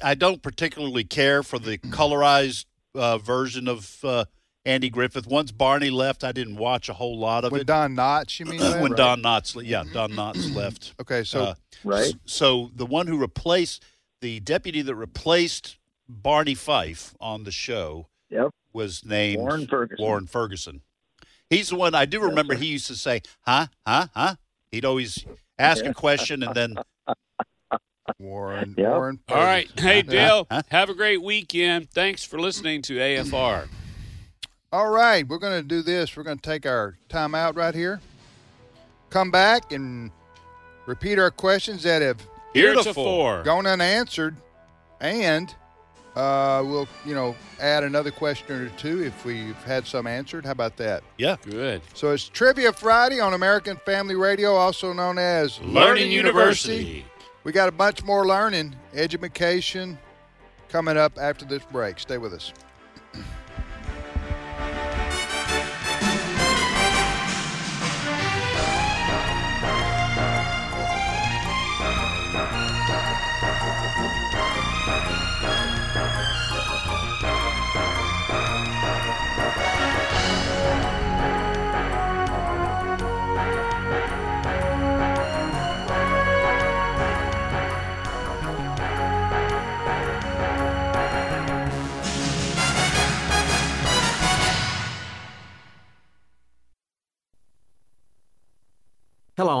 Speaker 4: I, I don't particularly care for the colorized uh, version of uh, Andy Griffith. Once Barney left, I didn't watch a whole lot of
Speaker 3: When
Speaker 4: it.
Speaker 3: Don Knotts, you mean?
Speaker 4: [CLEARS THROAT]
Speaker 3: that?
Speaker 4: when
Speaker 3: Right.
Speaker 4: Don Knotts, le- yeah, Don
Speaker 3: [CLEARS THROAT]
Speaker 4: Knotts left.
Speaker 3: Okay, so
Speaker 4: Uh,
Speaker 5: Right.
Speaker 4: So the one who replaced the deputy that replaced Barney Fife on the show
Speaker 5: Yep.
Speaker 4: was named
Speaker 5: Warren Ferguson.
Speaker 4: Warren Ferguson. He's the one I do remember. He used to say, "Huh, huh, huh." He'd always ask a question and then
Speaker 3: Warren.
Speaker 5: Yep.
Speaker 3: Warren.
Speaker 2: All right. Hey, [LAUGHS] Dale,
Speaker 4: Huh?
Speaker 2: have a great weekend. Thanks for listening to AFR.
Speaker 3: All right, we're going to do this. We're going to take our time out right here. Come back and repeat our questions that have
Speaker 2: Heretofore.
Speaker 3: gone unanswered, and uh, we'll you know add another question or two if we've had some answered. How about that?
Speaker 4: yeah.
Speaker 2: Good.
Speaker 3: So it's Trivia Friday on American Family Radio, also known as
Speaker 2: Learning University.
Speaker 3: We got a bunch more learning, education coming up after this break. Stay with us.
Speaker 8: Hello,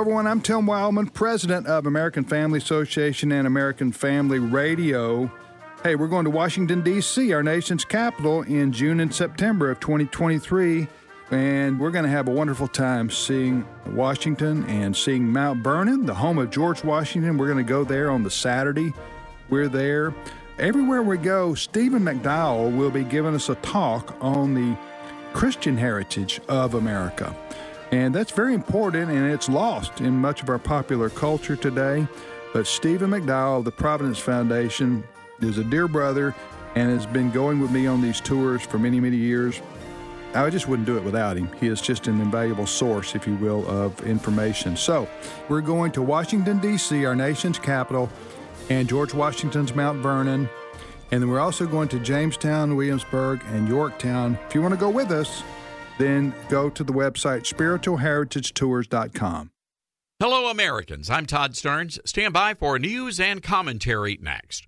Speaker 3: everyone. I'm Tim Wildman, president of American Family Association and American Family Radio. Hey, we're going to Washington, D.C., our nation's capital, in June and September of 2023. And we're going to have a wonderful time seeing Washington and seeing Mount Vernon, the home of George Washington. We're going to go there on the Saturday. We're there. Everywhere we go, Stephen McDowell will be giving us a talk on the Christian heritage of America. And that's very important, and it's lost in much of our popular culture today. But Stephen McDowell of the Providence Foundation is a dear brother and has been going with me on these tours for many, many years. I just wouldn't do it without him. He is just an invaluable source, if you will, of information. So, we're going to Washington, D.C., our nation's capital, and George Washington's Mount Vernon. And then we're also going to Jamestown, Williamsburg, and Yorktown. If you want to go with us, then go to the website spiritualheritagetours.com.
Speaker 9: Hello, Americans. I'm Todd Stearns. Stand by for news and commentary next.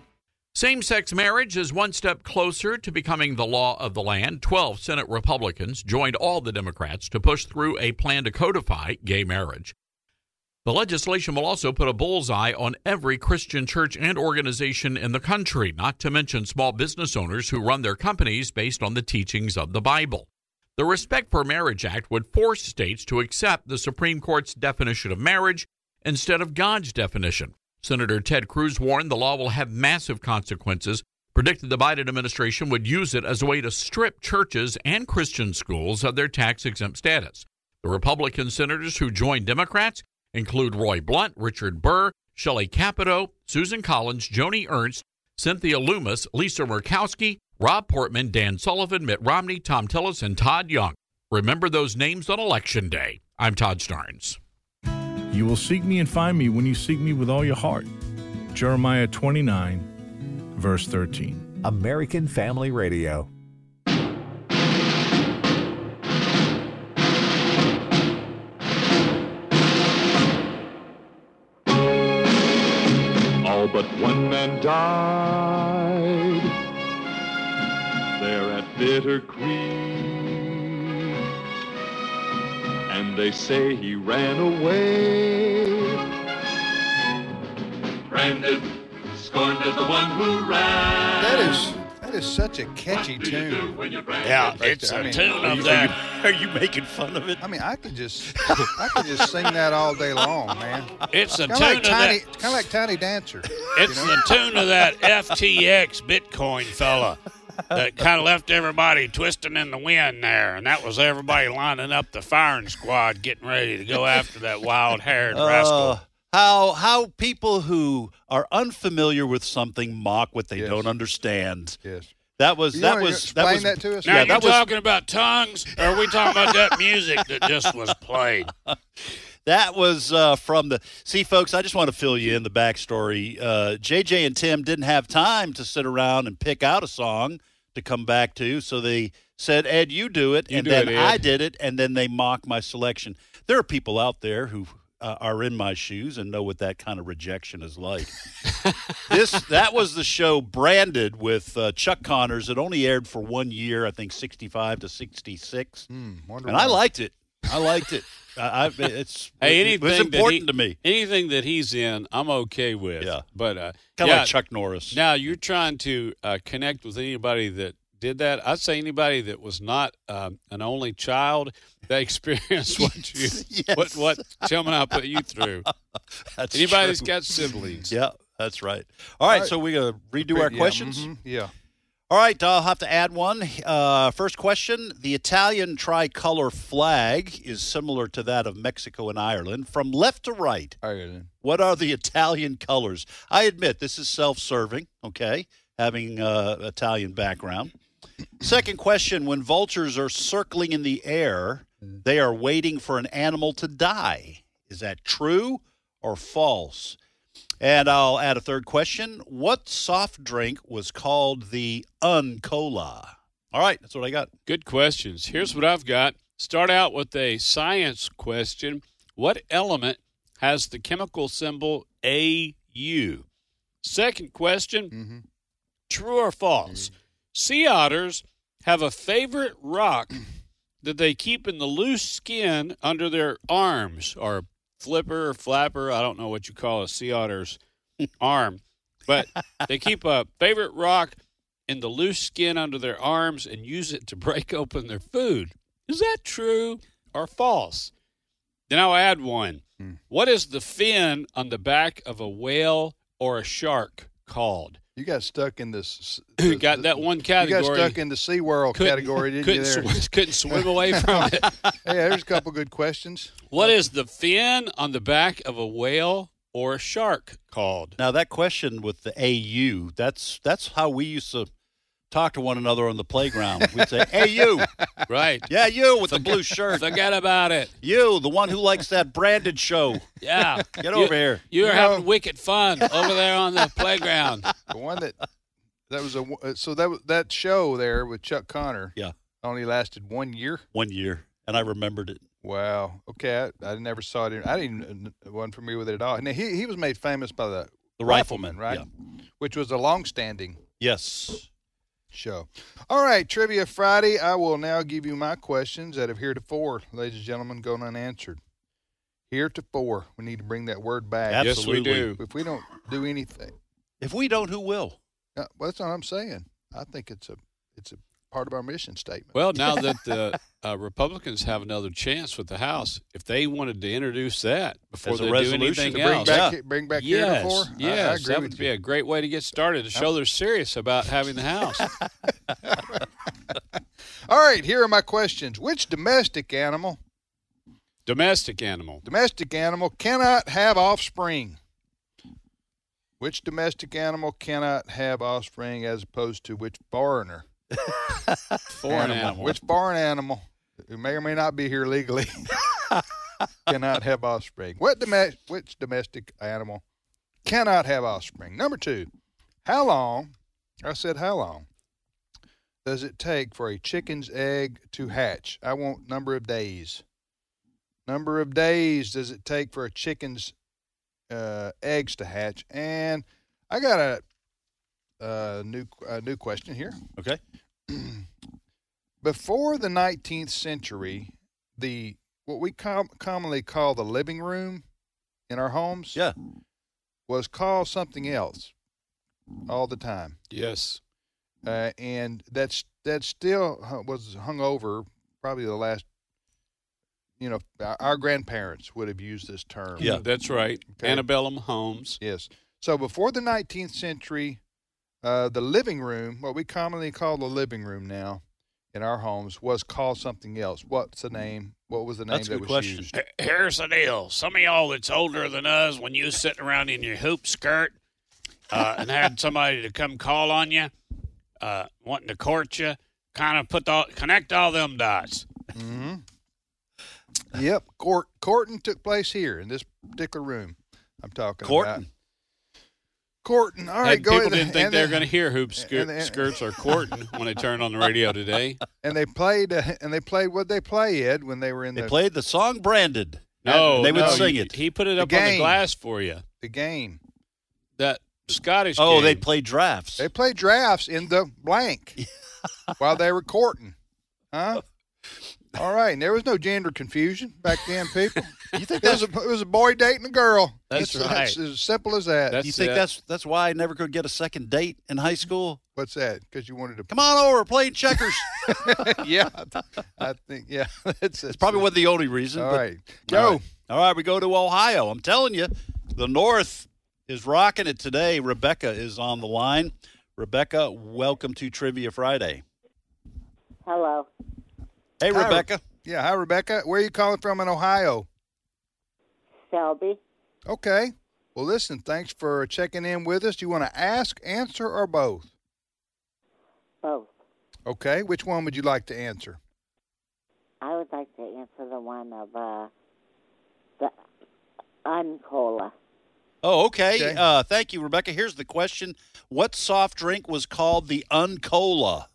Speaker 9: Same sex marriage is one step closer to becoming the law of the land. Twelve Senate Republicans joined all the Democrats to push through a plan to codify gay marriage. The legislation will also put a bullseye on every Christian church and organization in the country, not to mention small business owners who run their companies based on the teachings of the Bible. The Respect for Marriage Act would force states to accept the Supreme Court's definition of marriage instead of God's definition. Senator Ted Cruz warned the law will have massive consequences, predicted the Biden administration would use it as a way to strip churches and Christian schools of their tax exempt status. The Republican senators who joined Democrats include Roy Blunt, Richard Burr, Shelley Capito, Susan Collins, Joni Ernst, Cynthia Loomis, Lisa Murkowski, Rob Portman, Dan Sullivan, Mitt Romney, Tom Tillis, and Todd Young. Remember those names on Election Day. I'm Todd Starnes.
Speaker 10: You will seek me and find me when you seek me with all your heart. Jeremiah 29, verse 13.
Speaker 11: American Family Radio.
Speaker 12: [LAUGHS] All but one man died there at Bitter Creek and they say he ran away.
Speaker 13: Brandon, scorned as the one who ran.
Speaker 14: That is that is such a catchy tune.
Speaker 4: Yeah, it's
Speaker 14: a
Speaker 4: a tune of that. [LAUGHS] Are you making fun of it?
Speaker 14: I mean, I could just I could just sing that all day long, man.
Speaker 2: It's the
Speaker 14: [LAUGHS] Kinda
Speaker 2: tune
Speaker 14: like
Speaker 2: of
Speaker 14: tiny,
Speaker 2: that.
Speaker 14: kind of like Tiny Dancer.
Speaker 2: It's the tune of that FTX Bitcoin fella that kind of left everybody twisting in the wind there, and that was everybody lining up the firing squad, getting ready to go after that
Speaker 14: [LAUGHS]
Speaker 2: wild-haired
Speaker 14: Oh,
Speaker 2: rascal.
Speaker 4: Uh, how how people who are unfamiliar with something mock what they don't understand.
Speaker 14: Yes.
Speaker 4: That was
Speaker 14: You
Speaker 4: that
Speaker 14: wanna
Speaker 4: was
Speaker 14: explain
Speaker 4: that was
Speaker 14: that to us?
Speaker 2: Now
Speaker 4: Yeah,
Speaker 2: you're
Speaker 4: that was
Speaker 2: talking about tongues, or are we talking about that music that just was
Speaker 14: [LAUGHS]
Speaker 2: played?
Speaker 4: That was uh, from the. See, folks, I just want to fill you in the backstory. Uh, JJ and Tim didn't have time to sit around and pick out a song to come back to, so they said, "Ed, you do it,"
Speaker 2: You
Speaker 4: and
Speaker 2: do
Speaker 4: then
Speaker 2: it, Ed.
Speaker 4: I did it, and then they mocked my selection. There are people out there who uh, are in my shoes and know what that kind of rejection is
Speaker 2: [LAUGHS]
Speaker 4: like. this that was the show branded with uh, Chuck Connors. It only aired for one year, I think, sixty-five to sixty-six,
Speaker 2: Hmm,
Speaker 14: wonder
Speaker 4: and I
Speaker 14: why.
Speaker 4: liked it. I liked it. I, I, it's
Speaker 2: [LAUGHS] Hey,
Speaker 4: it
Speaker 2: anything
Speaker 4: was
Speaker 2: that
Speaker 4: important
Speaker 2: he-
Speaker 4: to me.
Speaker 2: Anything that he's in, I'm okay with.
Speaker 4: Yeah.
Speaker 2: but uh,
Speaker 4: Kind of
Speaker 2: yeah,
Speaker 4: like Chuck Norris.
Speaker 2: Now you're trying to uh, connect with anybody that did that. I'd say anybody that was not um, an only child that [LAUGHS] experienced what you,
Speaker 4: Yes. [LAUGHS]
Speaker 2: what what Tim and I put you through.
Speaker 4: That's
Speaker 2: anybody that's
Speaker 4: true.
Speaker 2: got siblings.
Speaker 4: Yeah, that's right. All right,
Speaker 14: All right.
Speaker 4: so we're going to redo our
Speaker 14: Yeah,
Speaker 4: questions.
Speaker 14: mhm, yeah.
Speaker 4: All right, I'll have to add one. Uh, first question The Italian tricolor flag is similar to that of Mexico and Ireland. From left to right,
Speaker 14: All right, then.
Speaker 4: what are the Italian colors? I admit this is self serving, okay, having uh, Italian background. Second question When vultures are circling in the air, they are waiting for an animal to die. Is that true or false? And I'll add a third question. What soft drink was called the Uncola? All right, that's what I got.
Speaker 2: Good questions. Here's what I've got. Start out with a science question. What element has the chemical symbol AU? Second question
Speaker 4: Mm-hmm.
Speaker 2: True or false? Sea otters have a favorite rock that they keep in the loose skin under their arms or flipper or flapper. I don't know what you call a sea
Speaker 3: [LAUGHS]
Speaker 2: otter's arm, but they keep a favorite rock in the loose skin under their arms and use it to break [LAUGHS] open their food. Is that true or false? Then I'll add one.
Speaker 3: Hmm.
Speaker 2: What is the fin on the back of a whale or a shark called?
Speaker 3: You got stuck in this.
Speaker 2: [CLEARS THROAT] got that one
Speaker 3: You got
Speaker 2: category.
Speaker 3: stuck in the SeaWorld
Speaker 2: Couldn't-
Speaker 3: category, didn't
Speaker 2: couldn't
Speaker 3: you?
Speaker 4: [LAUGHS]
Speaker 3: There?
Speaker 2: sw- couldn't swim away
Speaker 14: [LAUGHS]
Speaker 2: from it.
Speaker 3: yeah, there's a couple good questions.
Speaker 2: What is the fin on the back of a whale or a shark called?
Speaker 4: Now that question with the AU, that's that's how we used to talk to one another on the playground.
Speaker 2: [LAUGHS]
Speaker 4: We'd say, "Hey you."
Speaker 2: Right.
Speaker 4: Yeah, you with the blue shirt.
Speaker 2: Forget about it.
Speaker 4: You, the one who likes that branded show.
Speaker 2: Yeah.
Speaker 4: [LAUGHS] Get over
Speaker 2: You-
Speaker 4: here.
Speaker 2: You're
Speaker 4: You
Speaker 2: having wicked fun over there on
Speaker 3: [LAUGHS]
Speaker 2: the playground.
Speaker 3: The one that that was a uh, so that was that show there with Chuck Connor.
Speaker 4: Yeah.
Speaker 3: Only lasted one year.
Speaker 4: One year, and I remembered it.
Speaker 3: Wow. Okay, I, I never saw it. in- I didn't uh, wasn't familiar with it at all. Now he he was made famous by the
Speaker 4: The Rifleman,
Speaker 3: right? Which was a long-standing
Speaker 4: Yes.
Speaker 3: show. All right, Trivia Friday. I will now give you my questions that have heretofore, ladies and gentlemen, gone unanswered. Heretofore, we need to bring that word back.
Speaker 4: Yes, we Absolutely. do.
Speaker 3: If we don't do anything,
Speaker 4: If we don't, who will?
Speaker 3: Uh, well, that's what I'm saying. I think it's a it's a part of our mission statement.
Speaker 2: Well,
Speaker 4: [LAUGHS]
Speaker 2: now that the uh, Republicans have another chance with the House, if they wanted to introduce that before
Speaker 4: As a
Speaker 2: they
Speaker 4: resolution
Speaker 2: do anything
Speaker 4: to
Speaker 3: bring
Speaker 2: else,
Speaker 3: back- Yeah. bring back
Speaker 2: yes,
Speaker 3: heretofore? I- I
Speaker 2: Yes,
Speaker 3: agree
Speaker 2: that
Speaker 3: with
Speaker 2: would be a great way to get started to show they're serious about having the House.
Speaker 3: [LAUGHS] All right, here are my questions. Which domestic animal
Speaker 2: Domestic animal.
Speaker 3: domestic animal cannot have offspring? Which domestic animal cannot have offspring as opposed to which foreigner?
Speaker 2: [LAUGHS] Foreign animal.
Speaker 3: Which foreign animal who may or may not be here legally [LAUGHS] cannot have offspring? What dome- which domestic animal cannot have offspring? Number two, how long? I said how long does it take for a chicken's egg to hatch? I want number of days. Number of days does it take for a chicken's uh, eggs to hatch? And I got a, a new a new question here.
Speaker 4: Okay.
Speaker 3: [CLEARS THROAT] Before the 19th century, the what we com- commonly call the living room in our homes,
Speaker 4: yeah,
Speaker 3: was called something else all the time
Speaker 2: Yes.
Speaker 3: uh, and that's that still hu- was hung over probably the last you know our- our grandparents would have used this term
Speaker 2: Yeah, that's right. Antebellum homes.
Speaker 3: yes so before the 19th century uh, the living room what we commonly call the living room now in our homes was called something else what's the name what was the name
Speaker 2: That's a
Speaker 3: that
Speaker 2: good
Speaker 3: was
Speaker 2: question.
Speaker 3: used
Speaker 2: Here's the deal. Some of y'all that's older than us, when you was sitting around in your hoop skirt uh, and had somebody to come call on you, uh, wanting to court you, kind of put all, connect all them dots.
Speaker 3: hmm Mm-hmm. yep court courting took place here in this particular room i'm talking about
Speaker 2: Courting.
Speaker 3: courting all right
Speaker 2: and
Speaker 3: go
Speaker 2: people
Speaker 3: ahead.
Speaker 2: didn't think
Speaker 3: And
Speaker 2: they were
Speaker 3: then-
Speaker 2: going to hear hoop skir-
Speaker 3: and then-
Speaker 2: skirts
Speaker 3: [LAUGHS]
Speaker 2: or courting when they turned on the radio today.
Speaker 3: and they played uh, and they played what they play Ed when they were in
Speaker 4: They
Speaker 3: the
Speaker 4: played the song branded.
Speaker 2: No,
Speaker 4: And they would
Speaker 2: no,
Speaker 4: sing
Speaker 2: you-
Speaker 4: it.
Speaker 2: He put it
Speaker 3: The
Speaker 2: up on the
Speaker 3: game.
Speaker 2: glass for you.
Speaker 3: the game.
Speaker 2: That Scottish.
Speaker 4: Oh,
Speaker 2: game.
Speaker 4: they played drafts.
Speaker 3: They played drafts in the
Speaker 4: [LAUGHS]
Speaker 3: blank while they were courting, huh? All right, and there was no gender confusion back then, people. you think it was, a, it was a boy dating a girl?
Speaker 2: That's
Speaker 3: It's-
Speaker 2: right.
Speaker 3: It's as simple as that.
Speaker 2: That's
Speaker 4: you think
Speaker 2: it.
Speaker 4: that's that's why I never could get a second date in high school?
Speaker 3: What's that? Because you wanted
Speaker 4: Come on over, playing [LAUGHS] checkers.
Speaker 3: to? yeah, I think yeah. [LAUGHS] That's
Speaker 4: It's probably wasn't the only reason.
Speaker 3: All
Speaker 4: but-
Speaker 3: right,
Speaker 4: All
Speaker 3: go.
Speaker 4: right. All right, we go to Ohio. I'm telling you, the North is rocking it today. Rebecca is on the line. Rebecca, welcome to Trivia Friday.
Speaker 15: Hello.
Speaker 4: Hey,
Speaker 3: Hi, Re-
Speaker 4: Rebecca.
Speaker 3: Yeah, hi Rebecca. Where are you calling from in Ohio?
Speaker 15: Selby.
Speaker 3: Okay. Well, listen. Thanks for checking in with us. Do you want to ask, answer, or both?
Speaker 15: Both.
Speaker 3: Okay, which one would you like to answer?
Speaker 15: I would like to answer the one of uh, the Uncola.
Speaker 4: Oh, okay.
Speaker 3: Okay.
Speaker 4: Uh, thank you, Rebecca. Here's the question What soft drink was called the Uncola?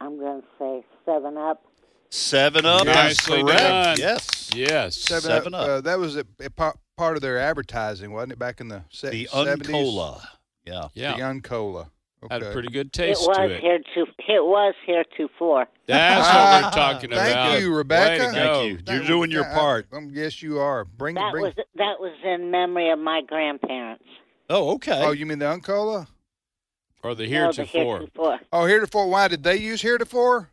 Speaker 15: I'm going to say Seven Up.
Speaker 4: Seven Up. That's
Speaker 2: Nicely
Speaker 4: correct.
Speaker 2: done.
Speaker 4: Yes.
Speaker 2: Yes.
Speaker 3: Seven, up. Uh, that was a, a pa- part of their advertising, wasn't it? Back in the se-
Speaker 4: The
Speaker 3: 70s?
Speaker 4: Uncola. Yeah.
Speaker 2: Yeah.
Speaker 3: The Uncola. Okay.
Speaker 2: Had a pretty good taste
Speaker 15: it was
Speaker 2: to it.
Speaker 15: here to it was here to four.
Speaker 2: That's what we're talking
Speaker 3: Thank
Speaker 2: about.
Speaker 3: you, Rebecca.
Speaker 2: Way to go.
Speaker 3: That was- I- I, I guess you are. Bring,
Speaker 15: That
Speaker 3: bring.
Speaker 15: was that was in memory of my grandparents.
Speaker 4: oh, okay.
Speaker 3: Oh, you mean the Uncola?
Speaker 2: Or the
Speaker 15: No, the
Speaker 2: heretofore.
Speaker 15: heretofore.
Speaker 3: Oh, heretofore. Why did they use heretofore?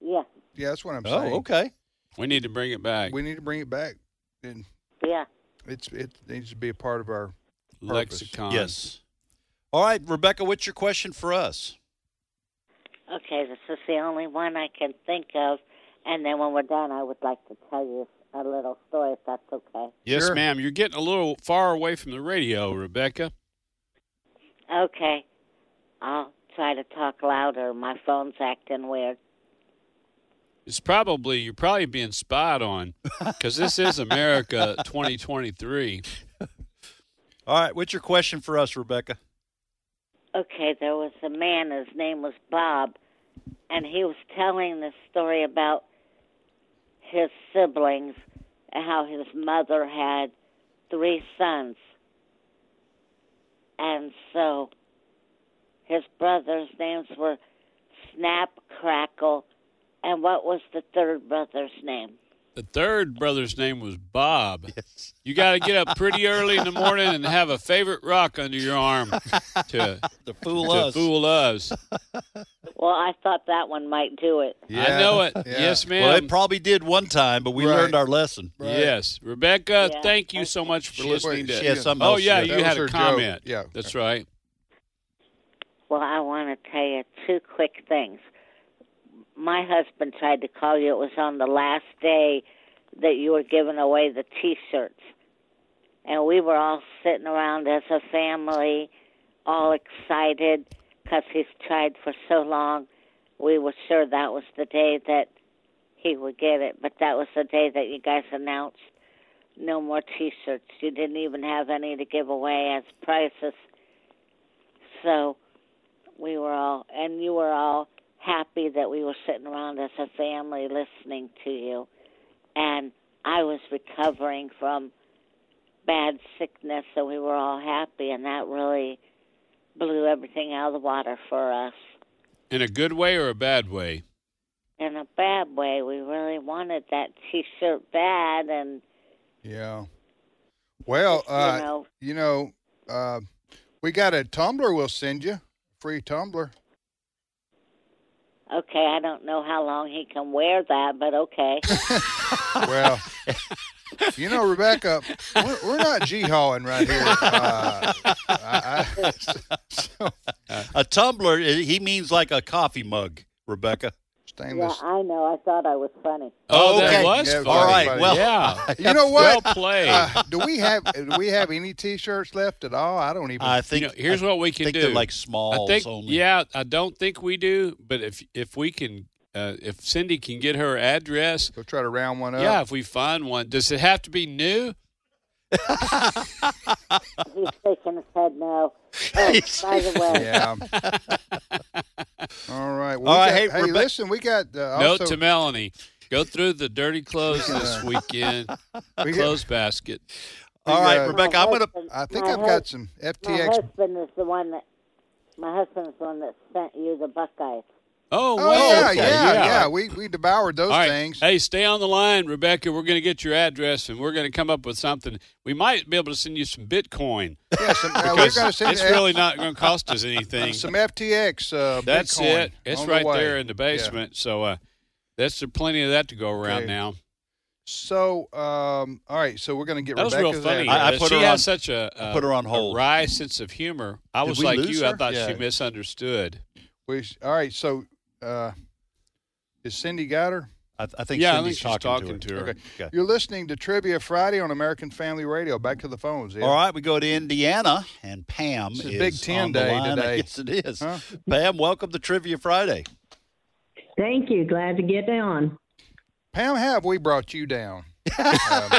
Speaker 15: Yeah,
Speaker 3: Yeah, that's what I'm
Speaker 2: Oh,
Speaker 3: saying.
Speaker 4: okay.
Speaker 2: We need to bring it back.
Speaker 3: We need to bring it back, and
Speaker 15: yeah.
Speaker 3: it's it needs to be a part of our purpose.
Speaker 2: Lexicon.
Speaker 4: Yes. All right, Rebecca, what's your question for us?
Speaker 15: Okay, this is the only one I can think of. And then when we're done, I would like to tell you a little story if that's okay.
Speaker 2: Yes, ma'am. You're getting a little far away from the radio, Rebecca.
Speaker 15: Okay, I'll try to talk louder. My phone's acting weird.
Speaker 2: It's probably you're probably being spied on because this is
Speaker 4: [LAUGHS]
Speaker 2: America 2023.
Speaker 4: All right, what's your question for us, Rebecca?
Speaker 15: Okay, there was a man, his name was Bob, and he was telling this story about his siblings and how his mother had three sons. And so his brothers' names were Snap, Crackle, and what was the third brother's name?
Speaker 2: The third brother's name was Bob. You got to get up pretty early in the morning and have a favorite rock under your arm to,
Speaker 4: to fool
Speaker 15: us.
Speaker 2: fool us.
Speaker 15: Well, I thought that one might do it.
Speaker 2: I know
Speaker 4: [LAUGHS]
Speaker 2: it. Yes, ma'am.
Speaker 4: Well, it probably did one time, but we
Speaker 2: Right.
Speaker 4: learned our lesson.
Speaker 2: Yes, Rebecca.
Speaker 15: Yeah.
Speaker 2: Thank you so much for
Speaker 4: She-
Speaker 2: listening. to
Speaker 4: she has something
Speaker 2: Oh
Speaker 4: else.
Speaker 2: yeah,
Speaker 4: Yeah,
Speaker 2: you
Speaker 4: that
Speaker 2: had a
Speaker 4: was her
Speaker 2: comment.
Speaker 4: joke. Yeah.
Speaker 2: that's right.
Speaker 15: Well, I want to tell you two quick things. My husband tried to call you. It was on the last day that you were giving away the t shirts. And we were all sitting around as a family, all excited because he's tried for so long. We were sure that was the day that he would get it, but that was the day that you guys announced no more t shirts. You didn't even have any to give away as prizes. So we were all and you were all happy that we were sitting around as a family listening to you and i was recovering from bad sickness so we were all happy and that really blew everything out of the water for us
Speaker 2: In a good way or a bad way?
Speaker 15: in a bad way we really wanted that t-shirt bad and
Speaker 3: Yeah. Well, uh, you know, uh, we got a tumbler. We'll send you free tumbler.
Speaker 15: okay i don't know how long he can wear that but okay
Speaker 3: Well, you know, Rebecca, we're, we're not g-hawing right here. Uh, I,
Speaker 4: [LAUGHS]
Speaker 3: I,
Speaker 2: [LAUGHS]
Speaker 4: A tumbler, i- he means like a coffee mug, Rebecca.
Speaker 15: yeah i know i thought i was funny
Speaker 2: Oh, that was
Speaker 4: All
Speaker 2: funny.
Speaker 4: right,
Speaker 2: [LAUGHS]
Speaker 4: well,
Speaker 2: Yeah.
Speaker 3: you know what?
Speaker 2: Well played.
Speaker 3: Uh, do we have do we have any t-shirts left at all? I don't even.
Speaker 4: I think
Speaker 2: You know, here's what we can
Speaker 4: think
Speaker 2: do.
Speaker 4: they're like smalls
Speaker 2: I think,
Speaker 4: only.
Speaker 2: yeah, I don't think we do, but if if we can, uh, if Cindy can get her address,
Speaker 3: we'll try to round one up.
Speaker 2: yeah, if we find one, does it have to be new?
Speaker 15: he's shaking his head no
Speaker 4: [LAUGHS]
Speaker 15: oh, by the way
Speaker 3: Yeah. [LAUGHS] All right. Well,
Speaker 4: All
Speaker 3: we
Speaker 4: right,
Speaker 3: got-
Speaker 4: hey,
Speaker 3: hey,
Speaker 4: Rebe-
Speaker 3: listen, we got uh,
Speaker 2: Note
Speaker 3: also
Speaker 2: to Melanie: Go through the dirty clothes this weekend,
Speaker 3: [LAUGHS] We got-
Speaker 2: clothes basket.
Speaker 4: All right,
Speaker 3: uh,
Speaker 4: Rebecca, I'm going to.
Speaker 3: I think
Speaker 15: My
Speaker 3: I've
Speaker 15: hus-
Speaker 3: got some
Speaker 15: My
Speaker 3: FTX.
Speaker 15: husband is the one that my husband's the one that sent you the Buckeyes.
Speaker 2: Oh,
Speaker 3: Oh,
Speaker 2: wow,
Speaker 3: yeah,
Speaker 2: okay,
Speaker 3: yeah, yeah, We we devoured those
Speaker 2: All right.
Speaker 3: things.
Speaker 2: Hey, stay on the line, Rebecca. We're going to get your address, and we're going to come up with something. We might be able to send you some Bitcoin.
Speaker 3: Yeah, some, uh, we're
Speaker 2: because
Speaker 3: gonna send
Speaker 2: it's
Speaker 3: F-
Speaker 2: really not going to cost us anything.
Speaker 3: [LAUGHS] some FTX. Uh,
Speaker 2: That's
Speaker 3: Bitcoin
Speaker 2: it. It's
Speaker 3: on the
Speaker 2: right
Speaker 3: way.
Speaker 2: there in the
Speaker 3: Yeah.
Speaker 2: basement. So uh, that's there plenty of that to go around
Speaker 3: Okay.
Speaker 2: now.
Speaker 3: So, um, all right. So we're gonna get
Speaker 2: That was real
Speaker 3: Rebecca's
Speaker 2: funny. Uh,
Speaker 3: address.
Speaker 4: I- I put
Speaker 2: she
Speaker 4: her
Speaker 2: has
Speaker 4: on-
Speaker 2: such a,
Speaker 4: I
Speaker 2: a-
Speaker 4: put her on hold.
Speaker 2: A wry sense of humor. I
Speaker 4: Did
Speaker 2: was
Speaker 4: we
Speaker 2: like
Speaker 4: lose
Speaker 2: you. I
Speaker 4: her?
Speaker 2: thought she
Speaker 4: Yeah.
Speaker 2: misunderstood.
Speaker 3: We sh- all right. So, uh, is Cindy got her?
Speaker 4: I, I think
Speaker 2: yeah, I think
Speaker 4: Cindy's
Speaker 2: she's
Speaker 4: talking, to, her.
Speaker 2: her.
Speaker 3: Okay. You're listening to Trivia Friday on American Family Radio. Back to the phones. Ed.
Speaker 4: All right, we go to Indiana, and Pam
Speaker 3: This is
Speaker 4: is
Speaker 3: Big Ten
Speaker 4: on the
Speaker 3: day
Speaker 4: line.
Speaker 3: today.
Speaker 4: [LAUGHS]
Speaker 3: Uh,
Speaker 4: Yes, it is.
Speaker 3: Huh?
Speaker 4: Pam, welcome to Trivia Friday.
Speaker 16: Thank you. Glad to get on.
Speaker 3: Pam, have we brought
Speaker 4: [LAUGHS]
Speaker 3: you down? um,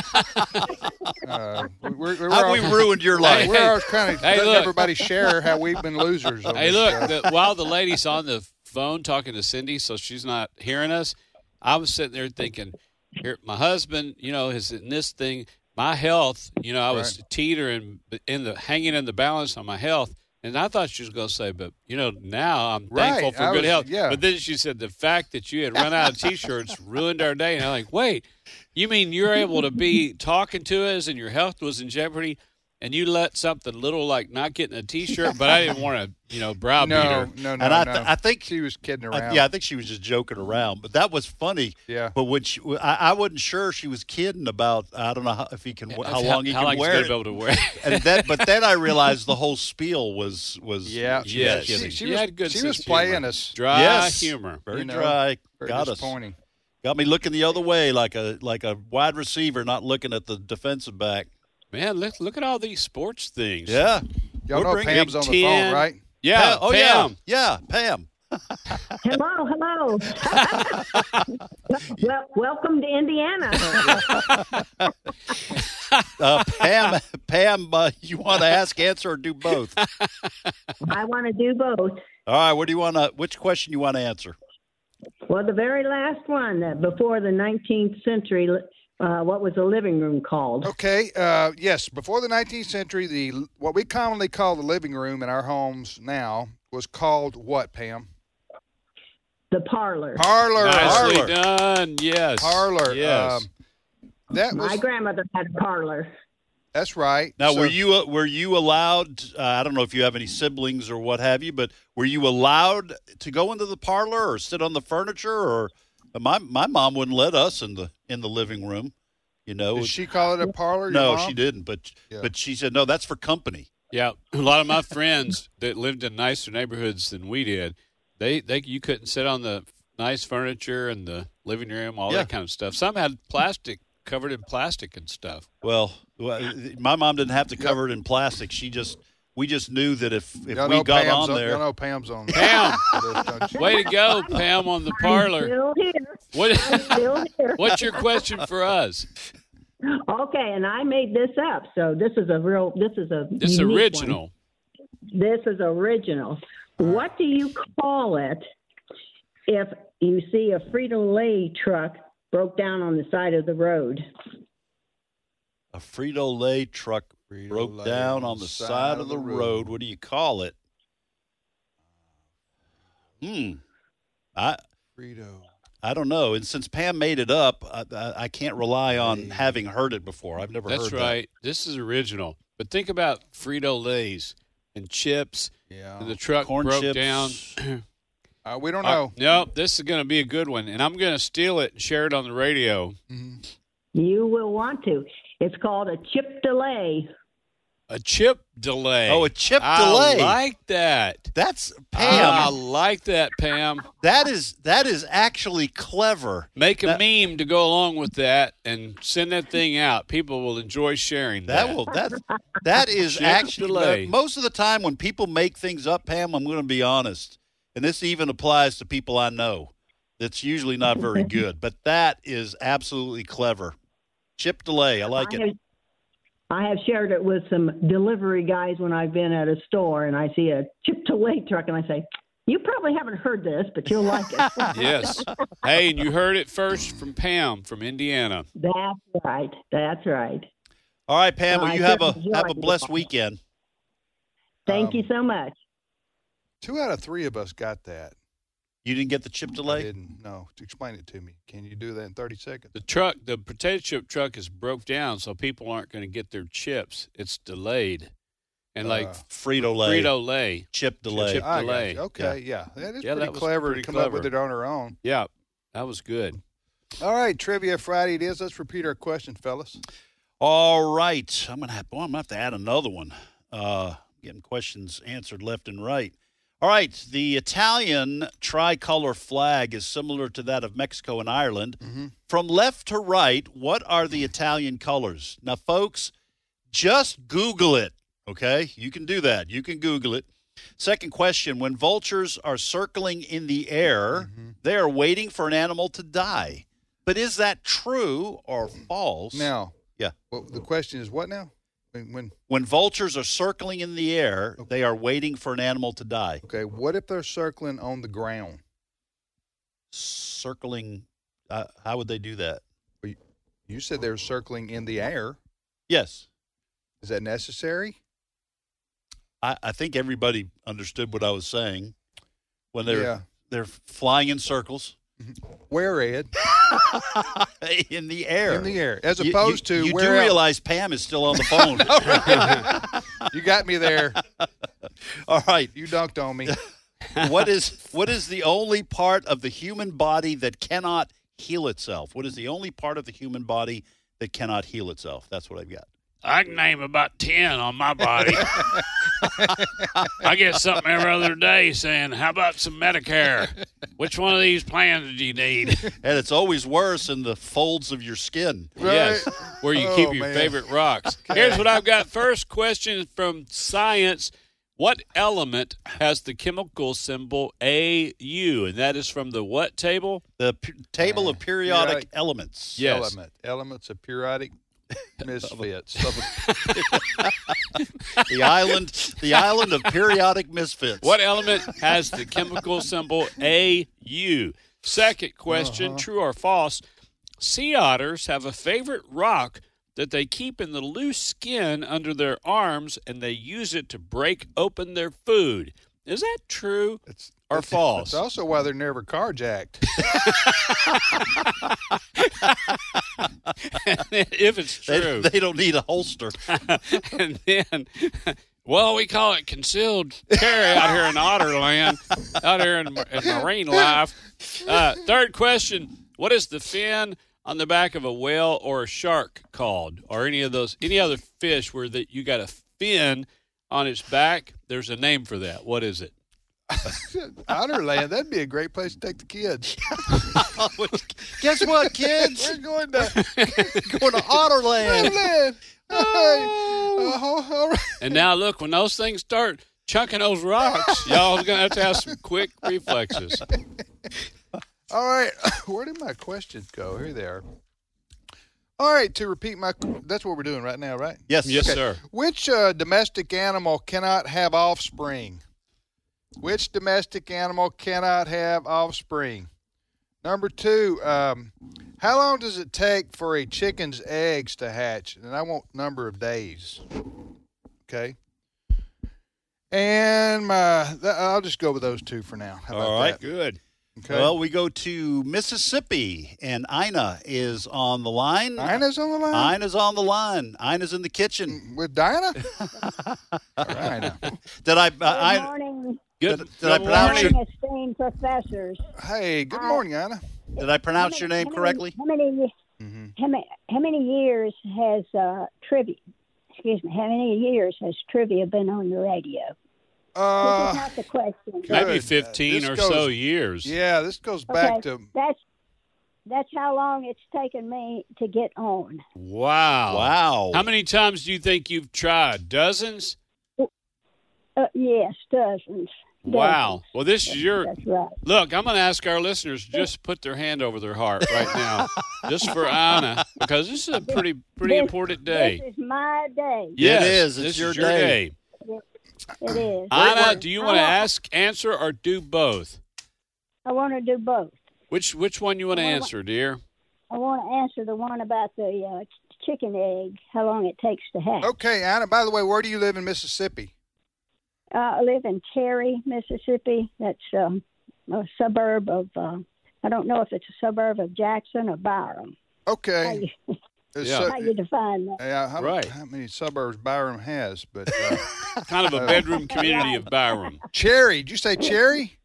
Speaker 3: uh, we're, we're
Speaker 4: Have
Speaker 3: all-
Speaker 4: we ruined your life?
Speaker 3: We're all kind of
Speaker 2: Hey,
Speaker 3: letting
Speaker 2: look.
Speaker 3: everybody share how we've been losers. on
Speaker 2: Hey,
Speaker 3: this
Speaker 2: look,
Speaker 3: show.
Speaker 2: the, while the lady's on the phone talking to Cindy, so she's not hearing us, I was sitting there thinking, here, my husband, you know, is in this thing. My health, you know, I was teetering in the hanging in the balance on my health. And I thought she was going to say, but you know, now I'm
Speaker 3: Right,
Speaker 2: thankful for
Speaker 3: I
Speaker 2: good
Speaker 3: was-
Speaker 2: health.
Speaker 3: yeah.
Speaker 2: But then she said the fact that you had run out of t-shirts
Speaker 3: [LAUGHS]
Speaker 2: ruined our day. And I'm like, wait, you mean you're able to be talking to us and your health was in jeopardy, and you let something little like not getting a t-shirt? But I didn't want to, you know, browbeat her.
Speaker 4: And I, th- I think
Speaker 3: she was kidding
Speaker 2: around.
Speaker 4: yeah, I think she was just joking around, but that was funny. Yeah. But when she, I, I wasn't sure she was kidding about. I don't know how, if he can how,
Speaker 2: How-
Speaker 4: long he
Speaker 2: how
Speaker 4: can
Speaker 2: long he's
Speaker 4: wear
Speaker 2: gonna
Speaker 4: it.
Speaker 2: be able to wear it.
Speaker 4: [LAUGHS] and then, but then I realized the whole spiel was was
Speaker 3: Yeah,
Speaker 4: she was
Speaker 3: yes. She-
Speaker 4: kidding.
Speaker 3: she was- had good she was sense of humor. playing us.
Speaker 2: Dry
Speaker 4: yes.
Speaker 2: humor.
Speaker 4: very
Speaker 2: You know,
Speaker 4: dry.
Speaker 2: very
Speaker 4: Got us.
Speaker 2: disappointing.
Speaker 4: Got me looking the other way like a like a wide receiver not looking at the defensive back.
Speaker 2: Man, look look at all these sports things.
Speaker 4: Yeah.
Speaker 3: Y'all know
Speaker 4: bringing-
Speaker 3: Pam's on the phone, right?
Speaker 2: Yeah,
Speaker 4: Pa- oh yeah.
Speaker 2: Pam.
Speaker 4: Yeah, Pam.
Speaker 16: Hello, hello.
Speaker 4: [LAUGHS]
Speaker 16: [LAUGHS] well, welcome to Indiana.
Speaker 4: Uh, Pam, [LAUGHS] Pam, uh, you want to ask, answer, or do both? All
Speaker 16: [LAUGHS] I want to do both.
Speaker 4: right. What do you want to? Which question you want to answer?
Speaker 16: Well, the very last one, that before the 19th century, uh, what was the living room called?
Speaker 3: Okay. Uh, yes. Before the 19th century, the what we commonly call the living room in our homes now was called what, Pam?
Speaker 16: The parlor.
Speaker 3: Parlor.
Speaker 2: Nicely
Speaker 3: parlor.
Speaker 2: done. Yes.
Speaker 3: Parlor. um,
Speaker 2: Yes.
Speaker 3: That
Speaker 16: My grandmother had a parlor.
Speaker 3: That's right.
Speaker 4: Now,
Speaker 3: So-
Speaker 4: were you uh, were you allowed? Uh, I don't know if you have any siblings or what have you, but were you allowed to go into the parlor or sit on the furniture? Or uh, my my mom wouldn't let us in the in the living room. You know,
Speaker 3: Did she call it a parlor? your
Speaker 4: no,
Speaker 3: mom?
Speaker 4: she didn't. But
Speaker 3: Yeah.
Speaker 4: but she said no. That's for company.
Speaker 2: Yeah, a lot of my friends that lived in nicer neighborhoods than we did, they they you couldn't sit on the nice furniture and the living room, all
Speaker 4: Yeah.
Speaker 2: that kind of stuff. Some had plastic covered in plastic and stuff.
Speaker 4: Well, well, my mom didn't have to cover it in plastic. She just we just knew that if if
Speaker 3: Y'all
Speaker 4: we
Speaker 3: know
Speaker 4: got
Speaker 3: Pam's
Speaker 4: on there,
Speaker 3: Y'all know Pam's on.
Speaker 2: Pam,
Speaker 3: this, don't you?
Speaker 2: way to
Speaker 16: [LAUGHS]
Speaker 2: go, Pam, on the parlor.
Speaker 16: Still here.
Speaker 2: What, [LAUGHS]
Speaker 16: Still here.
Speaker 2: what's your question for us?
Speaker 16: Okay, and I made this up, so this is a real. This is a.
Speaker 2: This
Speaker 16: unique
Speaker 2: original.
Speaker 16: one. This is original. What do you call it if you see a Frito Lay truck broke down on the side of the road?
Speaker 4: a Frito Lay truck broke
Speaker 3: Frito-Lay
Speaker 4: down on the side of the road. What do you call it? Hmm. I
Speaker 3: Frito.
Speaker 4: I don't know. And since Pam made it up, I, I, I can't rely on having heard it before. I've never
Speaker 2: That's
Speaker 4: heard
Speaker 2: right. This is original. But think about Frito Lay's and chips.
Speaker 3: Yeah.
Speaker 2: And the truck
Speaker 4: Corn
Speaker 2: broke
Speaker 4: chips.
Speaker 2: down.
Speaker 3: [CLEARS THROAT] Uh, we don't
Speaker 2: Uh,
Speaker 3: know.
Speaker 2: no, this is going to be a good one, and I'm going to steal it and share it on the radio.
Speaker 16: You will want to. It's called a chip delay.
Speaker 2: A chip delay.
Speaker 4: Oh, a chip
Speaker 2: I
Speaker 4: delay.
Speaker 2: like that.
Speaker 4: that. That's
Speaker 2: I
Speaker 4: Pam.
Speaker 2: like that, Pam.
Speaker 4: that is that is actually clever.
Speaker 2: Make a
Speaker 4: That-
Speaker 2: meme to go along with that and send that thing out. People will enjoy sharing that.
Speaker 4: That will that
Speaker 2: [LAUGHS]
Speaker 4: that is
Speaker 2: Chip
Speaker 4: actually
Speaker 2: delay.
Speaker 4: most of the time when people make things up, Pam. I'm going to be honest, and this even applies to people I know. That's usually not very good, but that is absolutely clever. Chip delay, I like
Speaker 16: I have,
Speaker 4: it.
Speaker 16: I have shared it with some delivery guys when I've been at a store and I see a chip delay truck and I say, "You probably haven't heard this, but you'll like
Speaker 17: [LAUGHS]
Speaker 16: it."
Speaker 2: yes. Hey, and you heard it first from Pam from Indiana.
Speaker 16: That's right. That's right.
Speaker 4: All right, Pam. Well,
Speaker 16: I
Speaker 4: you have um, a
Speaker 16: definitely
Speaker 4: have a
Speaker 16: like it.
Speaker 4: blessed weekend.
Speaker 16: Thank you so much.
Speaker 3: Two out of three of us got that.
Speaker 4: You didn't get the chip
Speaker 3: I
Speaker 4: delay.
Speaker 3: didn't. No. Explain it to me. Can you do that in 30 seconds?
Speaker 2: The truck, the potato chip truck is broke down, so people aren't going to get their chips. It's delayed. And like
Speaker 3: Uh,
Speaker 4: Frito lay.
Speaker 2: Frito Lay.
Speaker 4: Chip delay.
Speaker 2: Chip
Speaker 3: I got
Speaker 2: delay.
Speaker 3: you. Okay. Yeah. That is
Speaker 2: Yeah,
Speaker 3: pretty
Speaker 2: that was
Speaker 3: clever
Speaker 2: pretty
Speaker 3: to come up with it
Speaker 2: clever.
Speaker 3: on our own.
Speaker 2: Yeah, that was good.
Speaker 3: All right. Trivia Friday it is. Let's repeat our question, fellas.
Speaker 4: All right. I'm gonna have boy, I'm gonna have to add another one. Uh getting questions answered left and right. All right. The Italian tricolor flag is similar to that of Mexico and Ireland.
Speaker 3: Mm-hmm.
Speaker 4: From left to right, what are the Italian colors? Now, folks, just Google it. Okay? You can do that. You can Google it. Second question When vultures are circling in the air,
Speaker 3: Mm-hmm.
Speaker 4: they are waiting for an animal to die. But is that true or false?
Speaker 3: Now,
Speaker 4: Yeah.
Speaker 3: well, the question is what now? When, when
Speaker 4: When vultures are circling in the air, they are waiting for an animal to die.
Speaker 3: Okay. What if they're circling on the ground?
Speaker 4: Circling, Uh, how would they do that?
Speaker 3: You said they're circling in the air.
Speaker 4: Yes.
Speaker 3: Is that necessary?
Speaker 4: I, I think everybody understood what I was saying when they're
Speaker 3: Yeah. Mm-hmm.
Speaker 4: they're flying in circles.
Speaker 3: Where, Ed?
Speaker 4: [LAUGHS] in the air.
Speaker 3: In the air, as
Speaker 4: You- you-
Speaker 3: opposed to
Speaker 4: you
Speaker 3: where
Speaker 4: do
Speaker 3: else? Oh,
Speaker 4: realize Pam is still on the
Speaker 3: [LAUGHS]
Speaker 4: phone.
Speaker 3: you got me there.
Speaker 4: [LAUGHS] All right.
Speaker 3: You dunked on me.
Speaker 4: [LAUGHS] what is what is the only part of the human body that cannot heal itself? What is the only part of the human body that cannot heal itself? That's what I've got.
Speaker 2: I can name about 10 on my
Speaker 4: [LAUGHS]
Speaker 2: body. I get something every other day saying, How about some Medicare? Which one of these plans do you need?
Speaker 4: And it's always worse in the folds of your skin.
Speaker 2: Yes, where you
Speaker 4: Oh,
Speaker 2: keep your
Speaker 4: man.
Speaker 2: favorite rocks. Here's what I've got. First question from science What element has the chemical symbol AU? And that is from the what table?
Speaker 4: The p- table of periodic
Speaker 3: Periodic.
Speaker 4: elements.
Speaker 2: Yes.
Speaker 3: Element. Elements
Speaker 4: [LAUGHS]
Speaker 3: of periodic misfits.
Speaker 4: the island the island of periodic misfits.
Speaker 2: What element has the chemical symbol AU? Second question,
Speaker 4: Uh-huh.
Speaker 2: true or false? Sea otters have a favorite rock that they keep in the loose skin under their arms and they use it to break open their food. Is that true
Speaker 4: [LAUGHS]
Speaker 2: or false?
Speaker 3: That's also why they're never carjacked.
Speaker 2: [LAUGHS] if it's
Speaker 4: They-
Speaker 2: true.
Speaker 4: they don't need a holster.
Speaker 2: [LAUGHS] and then, well, we call it concealed carry out here in otter land, out here in, in marine life. Uh, third question: What is the fin on the back of a whale or a shark called, or any of those, any other fish where that you got a fin on its back? There's a name for that. What is it?
Speaker 3: [LAUGHS] Otterland, that'd be a great place to take
Speaker 4: [LAUGHS]
Speaker 3: the kids.
Speaker 4: Guess what, kids?
Speaker 3: We're going to
Speaker 4: [LAUGHS] going to Otterland.
Speaker 3: Otterland. Oh. all right.
Speaker 2: And now look, when those things start chunking those rocks, y'all's gonna have to have some quick reflexes.
Speaker 3: All right. [LAUGHS] Where did my questions go? Here they are. All right. To repeat my, that's what we're doing right now, right?
Speaker 4: Yes.
Speaker 2: Yes,
Speaker 3: Okay.
Speaker 2: sir.
Speaker 3: Which uh, domestic animal cannot have offspring? Which domestic animal cannot have offspring? Number two, um, how long does it take for a chicken's eggs to hatch? And I want number of days. Okay. And my, th- I'll just go with those two for now. How about
Speaker 4: All right,
Speaker 3: that?
Speaker 4: good.
Speaker 3: Okay.
Speaker 4: Well, we go to Mississippi, and Ina is on the line.
Speaker 3: Dinah's on the line Mm,
Speaker 4: Ina's on the line. Ina's in the kitchen.
Speaker 3: with Dinah.
Speaker 2: [LAUGHS]
Speaker 3: All right. now.
Speaker 4: Did I? Uh,
Speaker 18: Good
Speaker 4: I
Speaker 18: morning.
Speaker 2: Good,
Speaker 4: did, did I pronounce your,
Speaker 18: morning, esteemed professors. Uh,
Speaker 3: Hey, good morning, Ina.
Speaker 4: Did I pronounce your name
Speaker 18: How many-
Speaker 4: correctly?
Speaker 18: How many, how many, how many years has uh, trivia, excuse me, how many years has trivia been on the radio?
Speaker 3: Uh,
Speaker 18: this is not the question.
Speaker 2: Maybe
Speaker 3: Good. Uh,
Speaker 2: fifteen
Speaker 3: This
Speaker 2: or
Speaker 3: goes-
Speaker 2: so years.
Speaker 3: Yeah, this goes
Speaker 18: Okay,
Speaker 3: back to
Speaker 18: that's, that's how long it's taken me to get on.
Speaker 2: Wow.
Speaker 4: Wow.
Speaker 2: How many times do you think you've tried? Dozens?
Speaker 18: Uh, yes, dozens.
Speaker 2: Wow. Well, this is your
Speaker 18: That's right.
Speaker 2: look. I'm going to ask our listeners to just put their hand over their heart right
Speaker 18: [LAUGHS]
Speaker 2: now, just for Anna, because this is a pretty pretty
Speaker 18: This-
Speaker 2: important day.
Speaker 18: This is my day.
Speaker 2: Yes,
Speaker 4: It is. It's
Speaker 2: this
Speaker 4: your
Speaker 2: is your
Speaker 4: day.
Speaker 2: day.
Speaker 18: It is.
Speaker 2: Anna, do you want to
Speaker 18: I-
Speaker 2: ask, answer, or do both?
Speaker 18: I want to do both.
Speaker 2: Which which one you want to
Speaker 18: Well,
Speaker 2: answer, dear?
Speaker 18: I want to answer the one about the uh, ch- chicken egg, how long it takes to hatch.
Speaker 3: Okay, Anna. By the way, where do you live in Mississippi?
Speaker 18: Uh, I live in Terry, Mississippi. That's um, a suburb of, uh, I don't know if it's a suburb of Jackson or Byram.
Speaker 3: Okay. It's
Speaker 2: Yeah.
Speaker 3: so- uh,
Speaker 18: How you define that?
Speaker 3: yeah, how,
Speaker 2: Right.
Speaker 3: how many suburbs Byram has? But uh,
Speaker 2: [LAUGHS] Kind of a
Speaker 18: [LAUGHS]
Speaker 2: bedroom community of Byram.
Speaker 3: Cherry, did you say Cherry?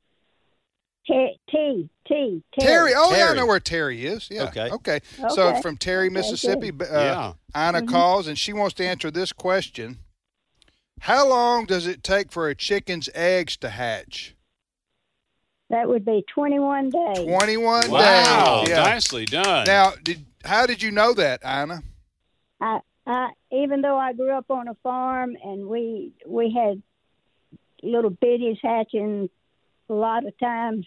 Speaker 18: T, T, T,
Speaker 3: Terry. Oh, yeah, I
Speaker 4: Terry.
Speaker 3: know where Terry is. Yeah.
Speaker 4: Okay.
Speaker 3: Okay. So
Speaker 18: Okay. Mm-hmm.
Speaker 3: from Terry, Mississippi, b-
Speaker 2: Yeah.
Speaker 3: uh, Anna calls and she wants to answer this question: How long does it take for a chicken's eggs to hatch?
Speaker 18: That would be 21 days.
Speaker 3: Twenty-one
Speaker 2: Wow.
Speaker 3: days. Yeah.
Speaker 2: Nicely done.
Speaker 3: Now, did how did you know that, Anna?
Speaker 18: I, I, even though I grew up on a farm and we we had little bitties hatching a lot of times,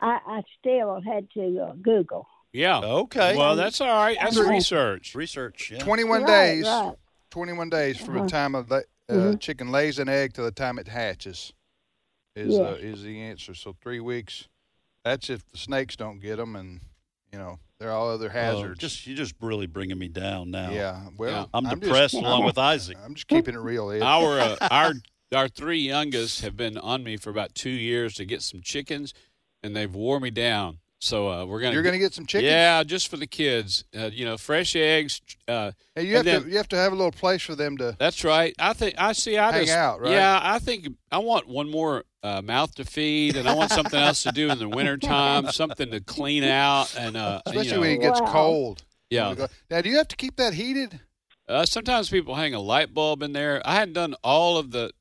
Speaker 18: I, I still had to uh, Google.
Speaker 2: yeah.
Speaker 4: Okay.
Speaker 2: Well, that's all right. That's
Speaker 18: Right.
Speaker 2: research.
Speaker 4: Research. Yeah.
Speaker 3: Twenty-one
Speaker 18: Right,
Speaker 3: days.
Speaker 18: right.
Speaker 3: 21 days from
Speaker 18: Uh-huh.
Speaker 3: the time of the uh,
Speaker 18: Mhm.
Speaker 3: chicken lays an egg to the time it hatches is
Speaker 18: Yeah.
Speaker 3: uh, is the answer. So three weeks. That's if the snakes don't get them, and you know they're They're all other
Speaker 4: Oh,
Speaker 3: hazards.
Speaker 4: just you're just really bringing me down now.
Speaker 3: Yeah, well,
Speaker 4: I'm,
Speaker 3: I'm just-
Speaker 4: depressed along with Isaac.
Speaker 3: I'm just keeping it real. Ed.
Speaker 2: Our
Speaker 3: [LAUGHS]
Speaker 2: uh, our our three youngest have been on me for about two years to get some chickens, and they've wore me down. So uh, we're gonna
Speaker 3: You're gonna get some chickens?
Speaker 2: Yeah, just for the kids. Uh, you know, fresh eggs. Uh,
Speaker 3: Hey, you have
Speaker 2: and then-
Speaker 3: to you have to have a little place for them to.
Speaker 2: That's right. I think I see. I
Speaker 3: Hang
Speaker 2: just,
Speaker 3: out, right?
Speaker 2: Yeah, I think I want one more uh, mouth to feed, and I want something else to do in the
Speaker 3: [LAUGHS]
Speaker 2: wintertime, something to clean out, and uh,
Speaker 3: Especially
Speaker 2: you know,
Speaker 3: when it gets Wow. cold.
Speaker 2: Yeah.
Speaker 3: Now, do you have to keep that heated?
Speaker 2: Uh, sometimes people hang a light bulb in there. I hadn't done all of the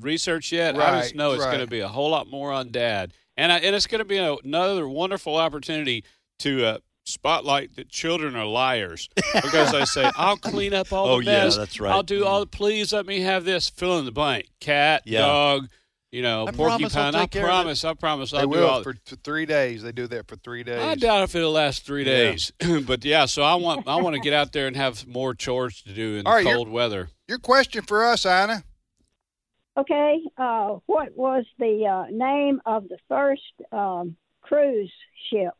Speaker 2: research yet. I just
Speaker 3: Right,
Speaker 2: know it's
Speaker 3: right.
Speaker 2: going to be a whole lot more on Dad, and I, and it's going to be a- another wonderful opportunity to. Uh, Spotlight that children are liars because they say
Speaker 3: [LAUGHS]
Speaker 2: I'll clean up all
Speaker 4: Oh,
Speaker 2: the
Speaker 4: yeah,
Speaker 2: mess.
Speaker 4: that's right.
Speaker 2: I'll do all. the
Speaker 3: Mm-hmm.
Speaker 2: Please let me have this. Fill in the blank. Cat,
Speaker 4: Yeah.
Speaker 2: dog, you know,
Speaker 3: I promise I'll
Speaker 2: porcupine. I
Speaker 3: take care of it.
Speaker 2: promise. I promise.
Speaker 3: They
Speaker 2: I'll do
Speaker 3: will
Speaker 2: all.
Speaker 3: for, for three days. They do that for three days.
Speaker 2: I doubt if it'll last three
Speaker 3: Yeah.
Speaker 2: days, [CLEARS THROAT] but yeah. So I want I want to get out there and have more chores to do in
Speaker 3: All right, you're-
Speaker 2: cold weather.
Speaker 3: Your question for us, Anna.
Speaker 18: Okay, uh, what was the uh, name of the first um, cruise ship?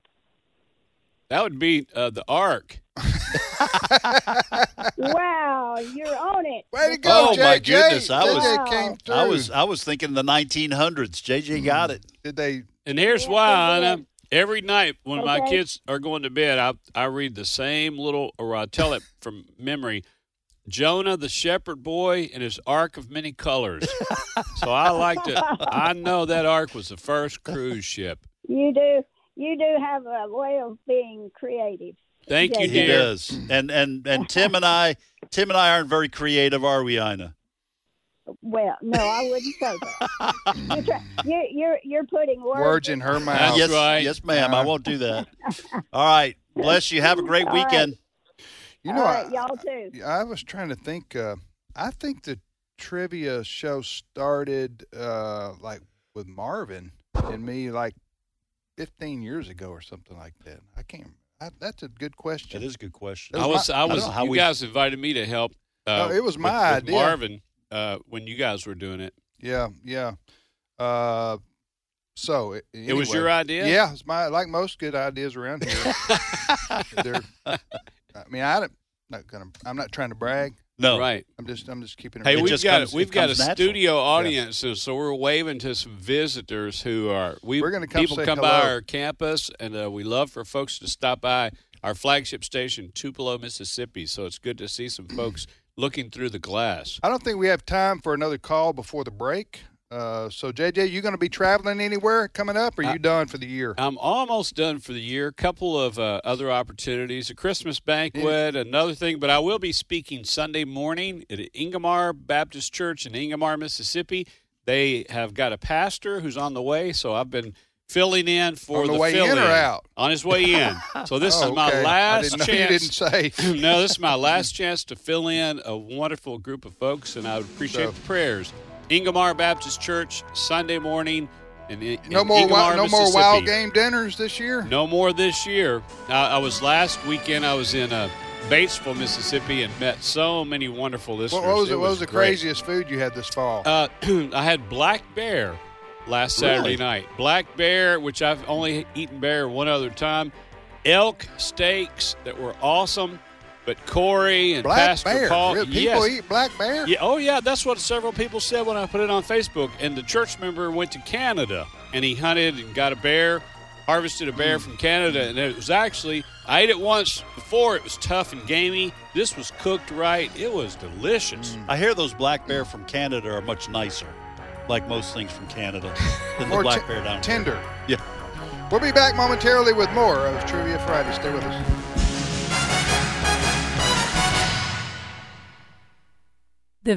Speaker 2: That would be uh, the
Speaker 3: [LAUGHS]
Speaker 2: Ark. [LAUGHS]
Speaker 18: wow, you're on it.
Speaker 3: Way to
Speaker 4: oh my goodness! I was
Speaker 18: came
Speaker 4: I
Speaker 18: through.
Speaker 4: was I was thinking the 1900s. JJ got it.
Speaker 3: Mm-hmm. Did they?
Speaker 2: And here's why,
Speaker 4: they
Speaker 2: Anna. Every night when my
Speaker 4: Okay.
Speaker 2: kids are going to bed, I I read the same little, or I tell it from memory. Jonah the shepherd boy and his ark of many colors. so I like to. I know that ark was the first cruise ship.
Speaker 18: You do, you do have a way of being creative.
Speaker 2: Thank you,
Speaker 4: he
Speaker 2: dear.
Speaker 4: does. And and and Tim and I, Tim and I aren't very creative, are we, Ina?
Speaker 18: Well, no, I wouldn't say that. you're, try- you're, you're you're putting words,
Speaker 3: Words in her mouth.
Speaker 4: yes, Yes, ma'am. I won't do that. All right. Bless you. Have a great
Speaker 18: All right.
Speaker 4: weekend.
Speaker 3: You know,
Speaker 18: All
Speaker 3: I-
Speaker 18: right, y'all too.
Speaker 3: I was trying to think. Uh, I think the trivia show started uh, like with Marvin and me, like fifteen years ago or something like that. I can't. I, that's a good question.
Speaker 4: That is a good question.
Speaker 2: I was, I was. you guys invited me to help. Uh,
Speaker 3: No, it was
Speaker 2: with-
Speaker 3: my
Speaker 2: with
Speaker 3: idea.
Speaker 2: Marvin, uh, when you guys were doing it,
Speaker 3: Yeah, yeah. Uh, so it,
Speaker 2: It was your idea?
Speaker 3: Yeah, it's my like most good ideas around [LAUGHS] here. They're, I mean, I don't, not gonna. I'm not trying to brag.
Speaker 4: No.
Speaker 2: right?
Speaker 3: I'm just. I'm just keeping it.
Speaker 2: Hey,
Speaker 3: real.
Speaker 2: we've got we've got a studio audience, and so we're waving to some visitors who are we.
Speaker 3: We're gonna come
Speaker 2: people
Speaker 3: say
Speaker 2: come by
Speaker 3: hello.
Speaker 2: our campus, and uh, we love for folks to stop by our flagship station, Tupelo, Mississippi. So it's good to see some folks looking through the glass.
Speaker 3: I don't think we have time for another call before the break. Uh, so JJ, you going to be traveling anywhere coming up? Or are you done for the year?
Speaker 2: I'm almost done for the year. A couple of uh, other opportunities, a Christmas banquet, another thing, but I will be speaking Sunday morning at Ingomar Baptist Church in Ingomar, Mississippi. They have got a pastor who's on the way, so I've been filling in for
Speaker 3: On the
Speaker 2: the
Speaker 3: way in or
Speaker 2: fill-in.
Speaker 3: out?
Speaker 2: On his way
Speaker 3: [LAUGHS]
Speaker 2: in. So this
Speaker 3: Oh,
Speaker 2: is my
Speaker 3: okay. I
Speaker 2: last
Speaker 3: didn't know you
Speaker 2: chance.
Speaker 3: didn't
Speaker 2: [CLEARS THROAT]
Speaker 3: say.
Speaker 2: no, this is my last chance to fill in a wonderful group of folks, and I would appreciate
Speaker 3: So-
Speaker 2: the prayers. Ingomar Baptist Church Sunday morning. In, in
Speaker 3: No more.
Speaker 2: Ingomar,
Speaker 3: Wild, no more wild
Speaker 2: Mississippi.
Speaker 3: game dinners this year.
Speaker 2: No more this year. I, I was last weekend. I was in uh, Batesville, Mississippi, and met so many wonderful [LAUGHS] listeners.
Speaker 3: What, what was it? What was, the
Speaker 2: great.
Speaker 3: craziest food you had this fall?
Speaker 2: Uh, [CLEARS THROAT] I had black bear last Saturday
Speaker 3: Really?
Speaker 2: night. Black bear, which I've only eaten bear one other time. Elk steaks that were awesome, but Corey and
Speaker 3: black
Speaker 2: Pastor
Speaker 3: bear.
Speaker 2: Paul,
Speaker 3: Really? People
Speaker 2: yes,
Speaker 3: eat black bear.
Speaker 2: yeah, oh yeah, that's what several people said when I put it on Facebook. And the church member went to Canada and he hunted and got a bear, harvested a
Speaker 3: Hmm.
Speaker 2: bear from Canada, and it was actually I ate it once before. It was tough and gamey. This was cooked right. It was delicious.
Speaker 3: Hmm.
Speaker 4: I hear those black bear from Canada are much nicer, like most things from Canada, than the
Speaker 3: More
Speaker 4: black
Speaker 3: t-
Speaker 4: bear down here.
Speaker 3: tender.
Speaker 4: Yeah.
Speaker 3: We'll be back momentarily with more of Trivia Friday. Stay with us.
Speaker 17: The